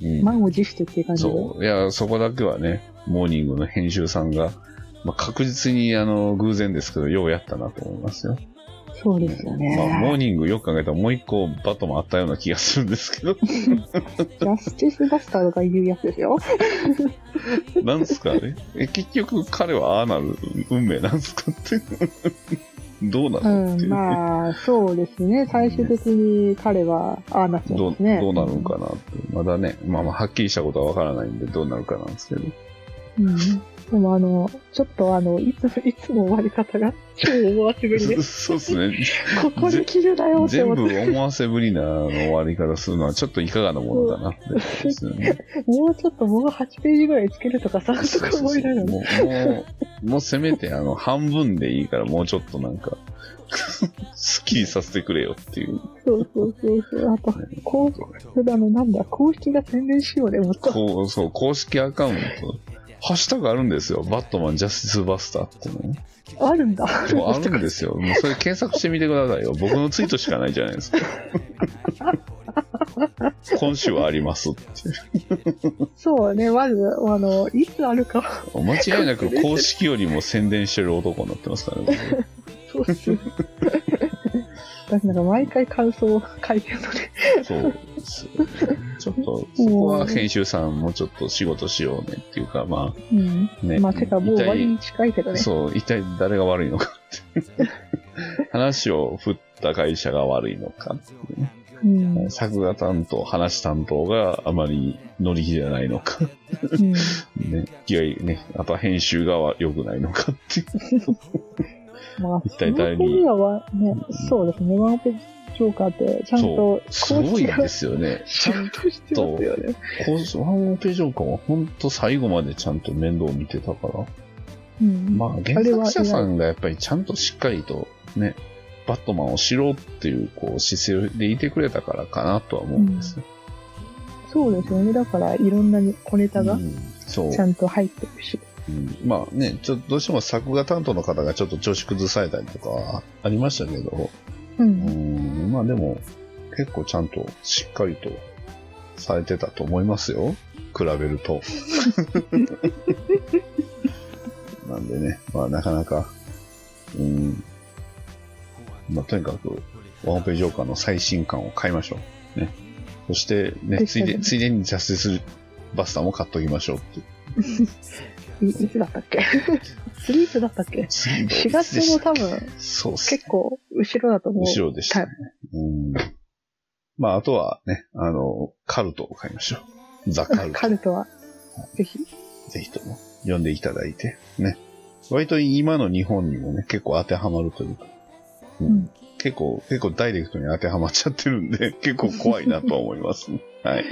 うん満を持してっていう感じでそう。いや、そこだけはね、モーニングの編集さんが、まあ、確実に、あの、偶然ですけど、ようやったなと思いますよ。そうですよね、まあ、モーニングよく考えたらもう一個バトもあったような気がするんですけど。ジャスティスバスターとかいうやつですよ。なんすかね え結局彼はああなる運命なんすかって。 どうなうのっていう、ん、ねまあ、そうですね。最終的に彼は、ああなっちゃうんどでうすね。どうなるんかなって。まだね、まあまあはっきりしたことはわからないんでどうなるかなんですけど。、うん。でも、あの、ちょっと、あの、いつ、いつも終わり方が、超思わせぶり でそうです ね。ここで切るだよって全思部って、思わせぶりな終わり方するのはちょっといかがなものだなって思うんですよ ね。もうちょっともう8ページぐらいつけるとかさ、とそうかそう思いそなうがら。もう、もう、 もうせめてあの半分でいいからもうちょっとなんか、 スッキリさせてくれよっていう。そうそうそうそう。あと、こう、だの、なんだ、公式が宣伝しようでもっと。こう、そう、公式アカウント。ハッシュタグあるんですよ。バットマンジャスティスバスターってのね。あるんだ。もうあるんですよ。もうそれ検索してみてくださいよ。僕のツイートしかないじゃない ですか。今週はありますって。そうね、まず、あの、いつあるか間違いなく公式よりも宣伝してる男になってますからね。そうっす。私なんか毎回感想を書いてるので、そうですよね。ちょっと、そこは編集さんもうちょっと仕事しようねっていうか、まうん。あね。まあ、てかもう終わり一に近いけど体ね。そう、一体誰が悪いのかって。話を振った会社が悪いのかっていうね。うん。うん。作画担当、話担当があまり乗り気じゃないのか、ね、気がいいね、あとは編集が良くないのかっていう。まあ、一そ体の誰に次ははね、そうですね、ワンオペジョーカーって、ちゃんそとう、すごいがですよね。ちゃんとしてますよね。こうワンオペジョーカーは本当最後までちゃんと面倒見てたから。うん。まあ、原作者さんがやっぱりちゃんとしっかりとね、バットマンを知ろうっていうこう姿勢でいてくれたからかなとは思うんですよ。そうですよね。だから、いろんな小ネタうがん、そうち。ゃんと入ってるし。うんまあね、ちょっとどうしても作画担当の方がちょっと調子崩されたりとかはありましたけど、う。うんん、まあでも、結構ちゃんとしっかりとされてたと思いますよ。比べる と。なんでね、まあなかなか、うん、まあとにかく、ワンオペジョーカーの最新刊を買いましょう。ね。そしてね、ですついよねで、ついでにジャスティスバスターも買っときましょうっていう。いいつだったっけ スリープだったっけ ?4 月も多分、そうっすね結構、後ろだと思う。後ろでしたね。うん。まあ、あとはね、あの、カルトを買いましょう。ザ・カルカト。ルトは、ぜひ。ぜひとも、読んでいただいて、ね。割と今の日本にもね、結構当てはまるというか、うんうん結構、結構ダイレクトに当てはまっちゃってるんで、 結構怖いなとは思います。 はい。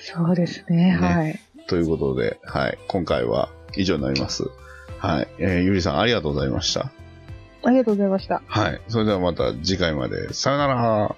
そうですね、はい。ということで、はい。今回は以上になります。はい。えーゆりさん、ありがとうございました。ありがとうございました。はい。それではまた次回まで。さよなら。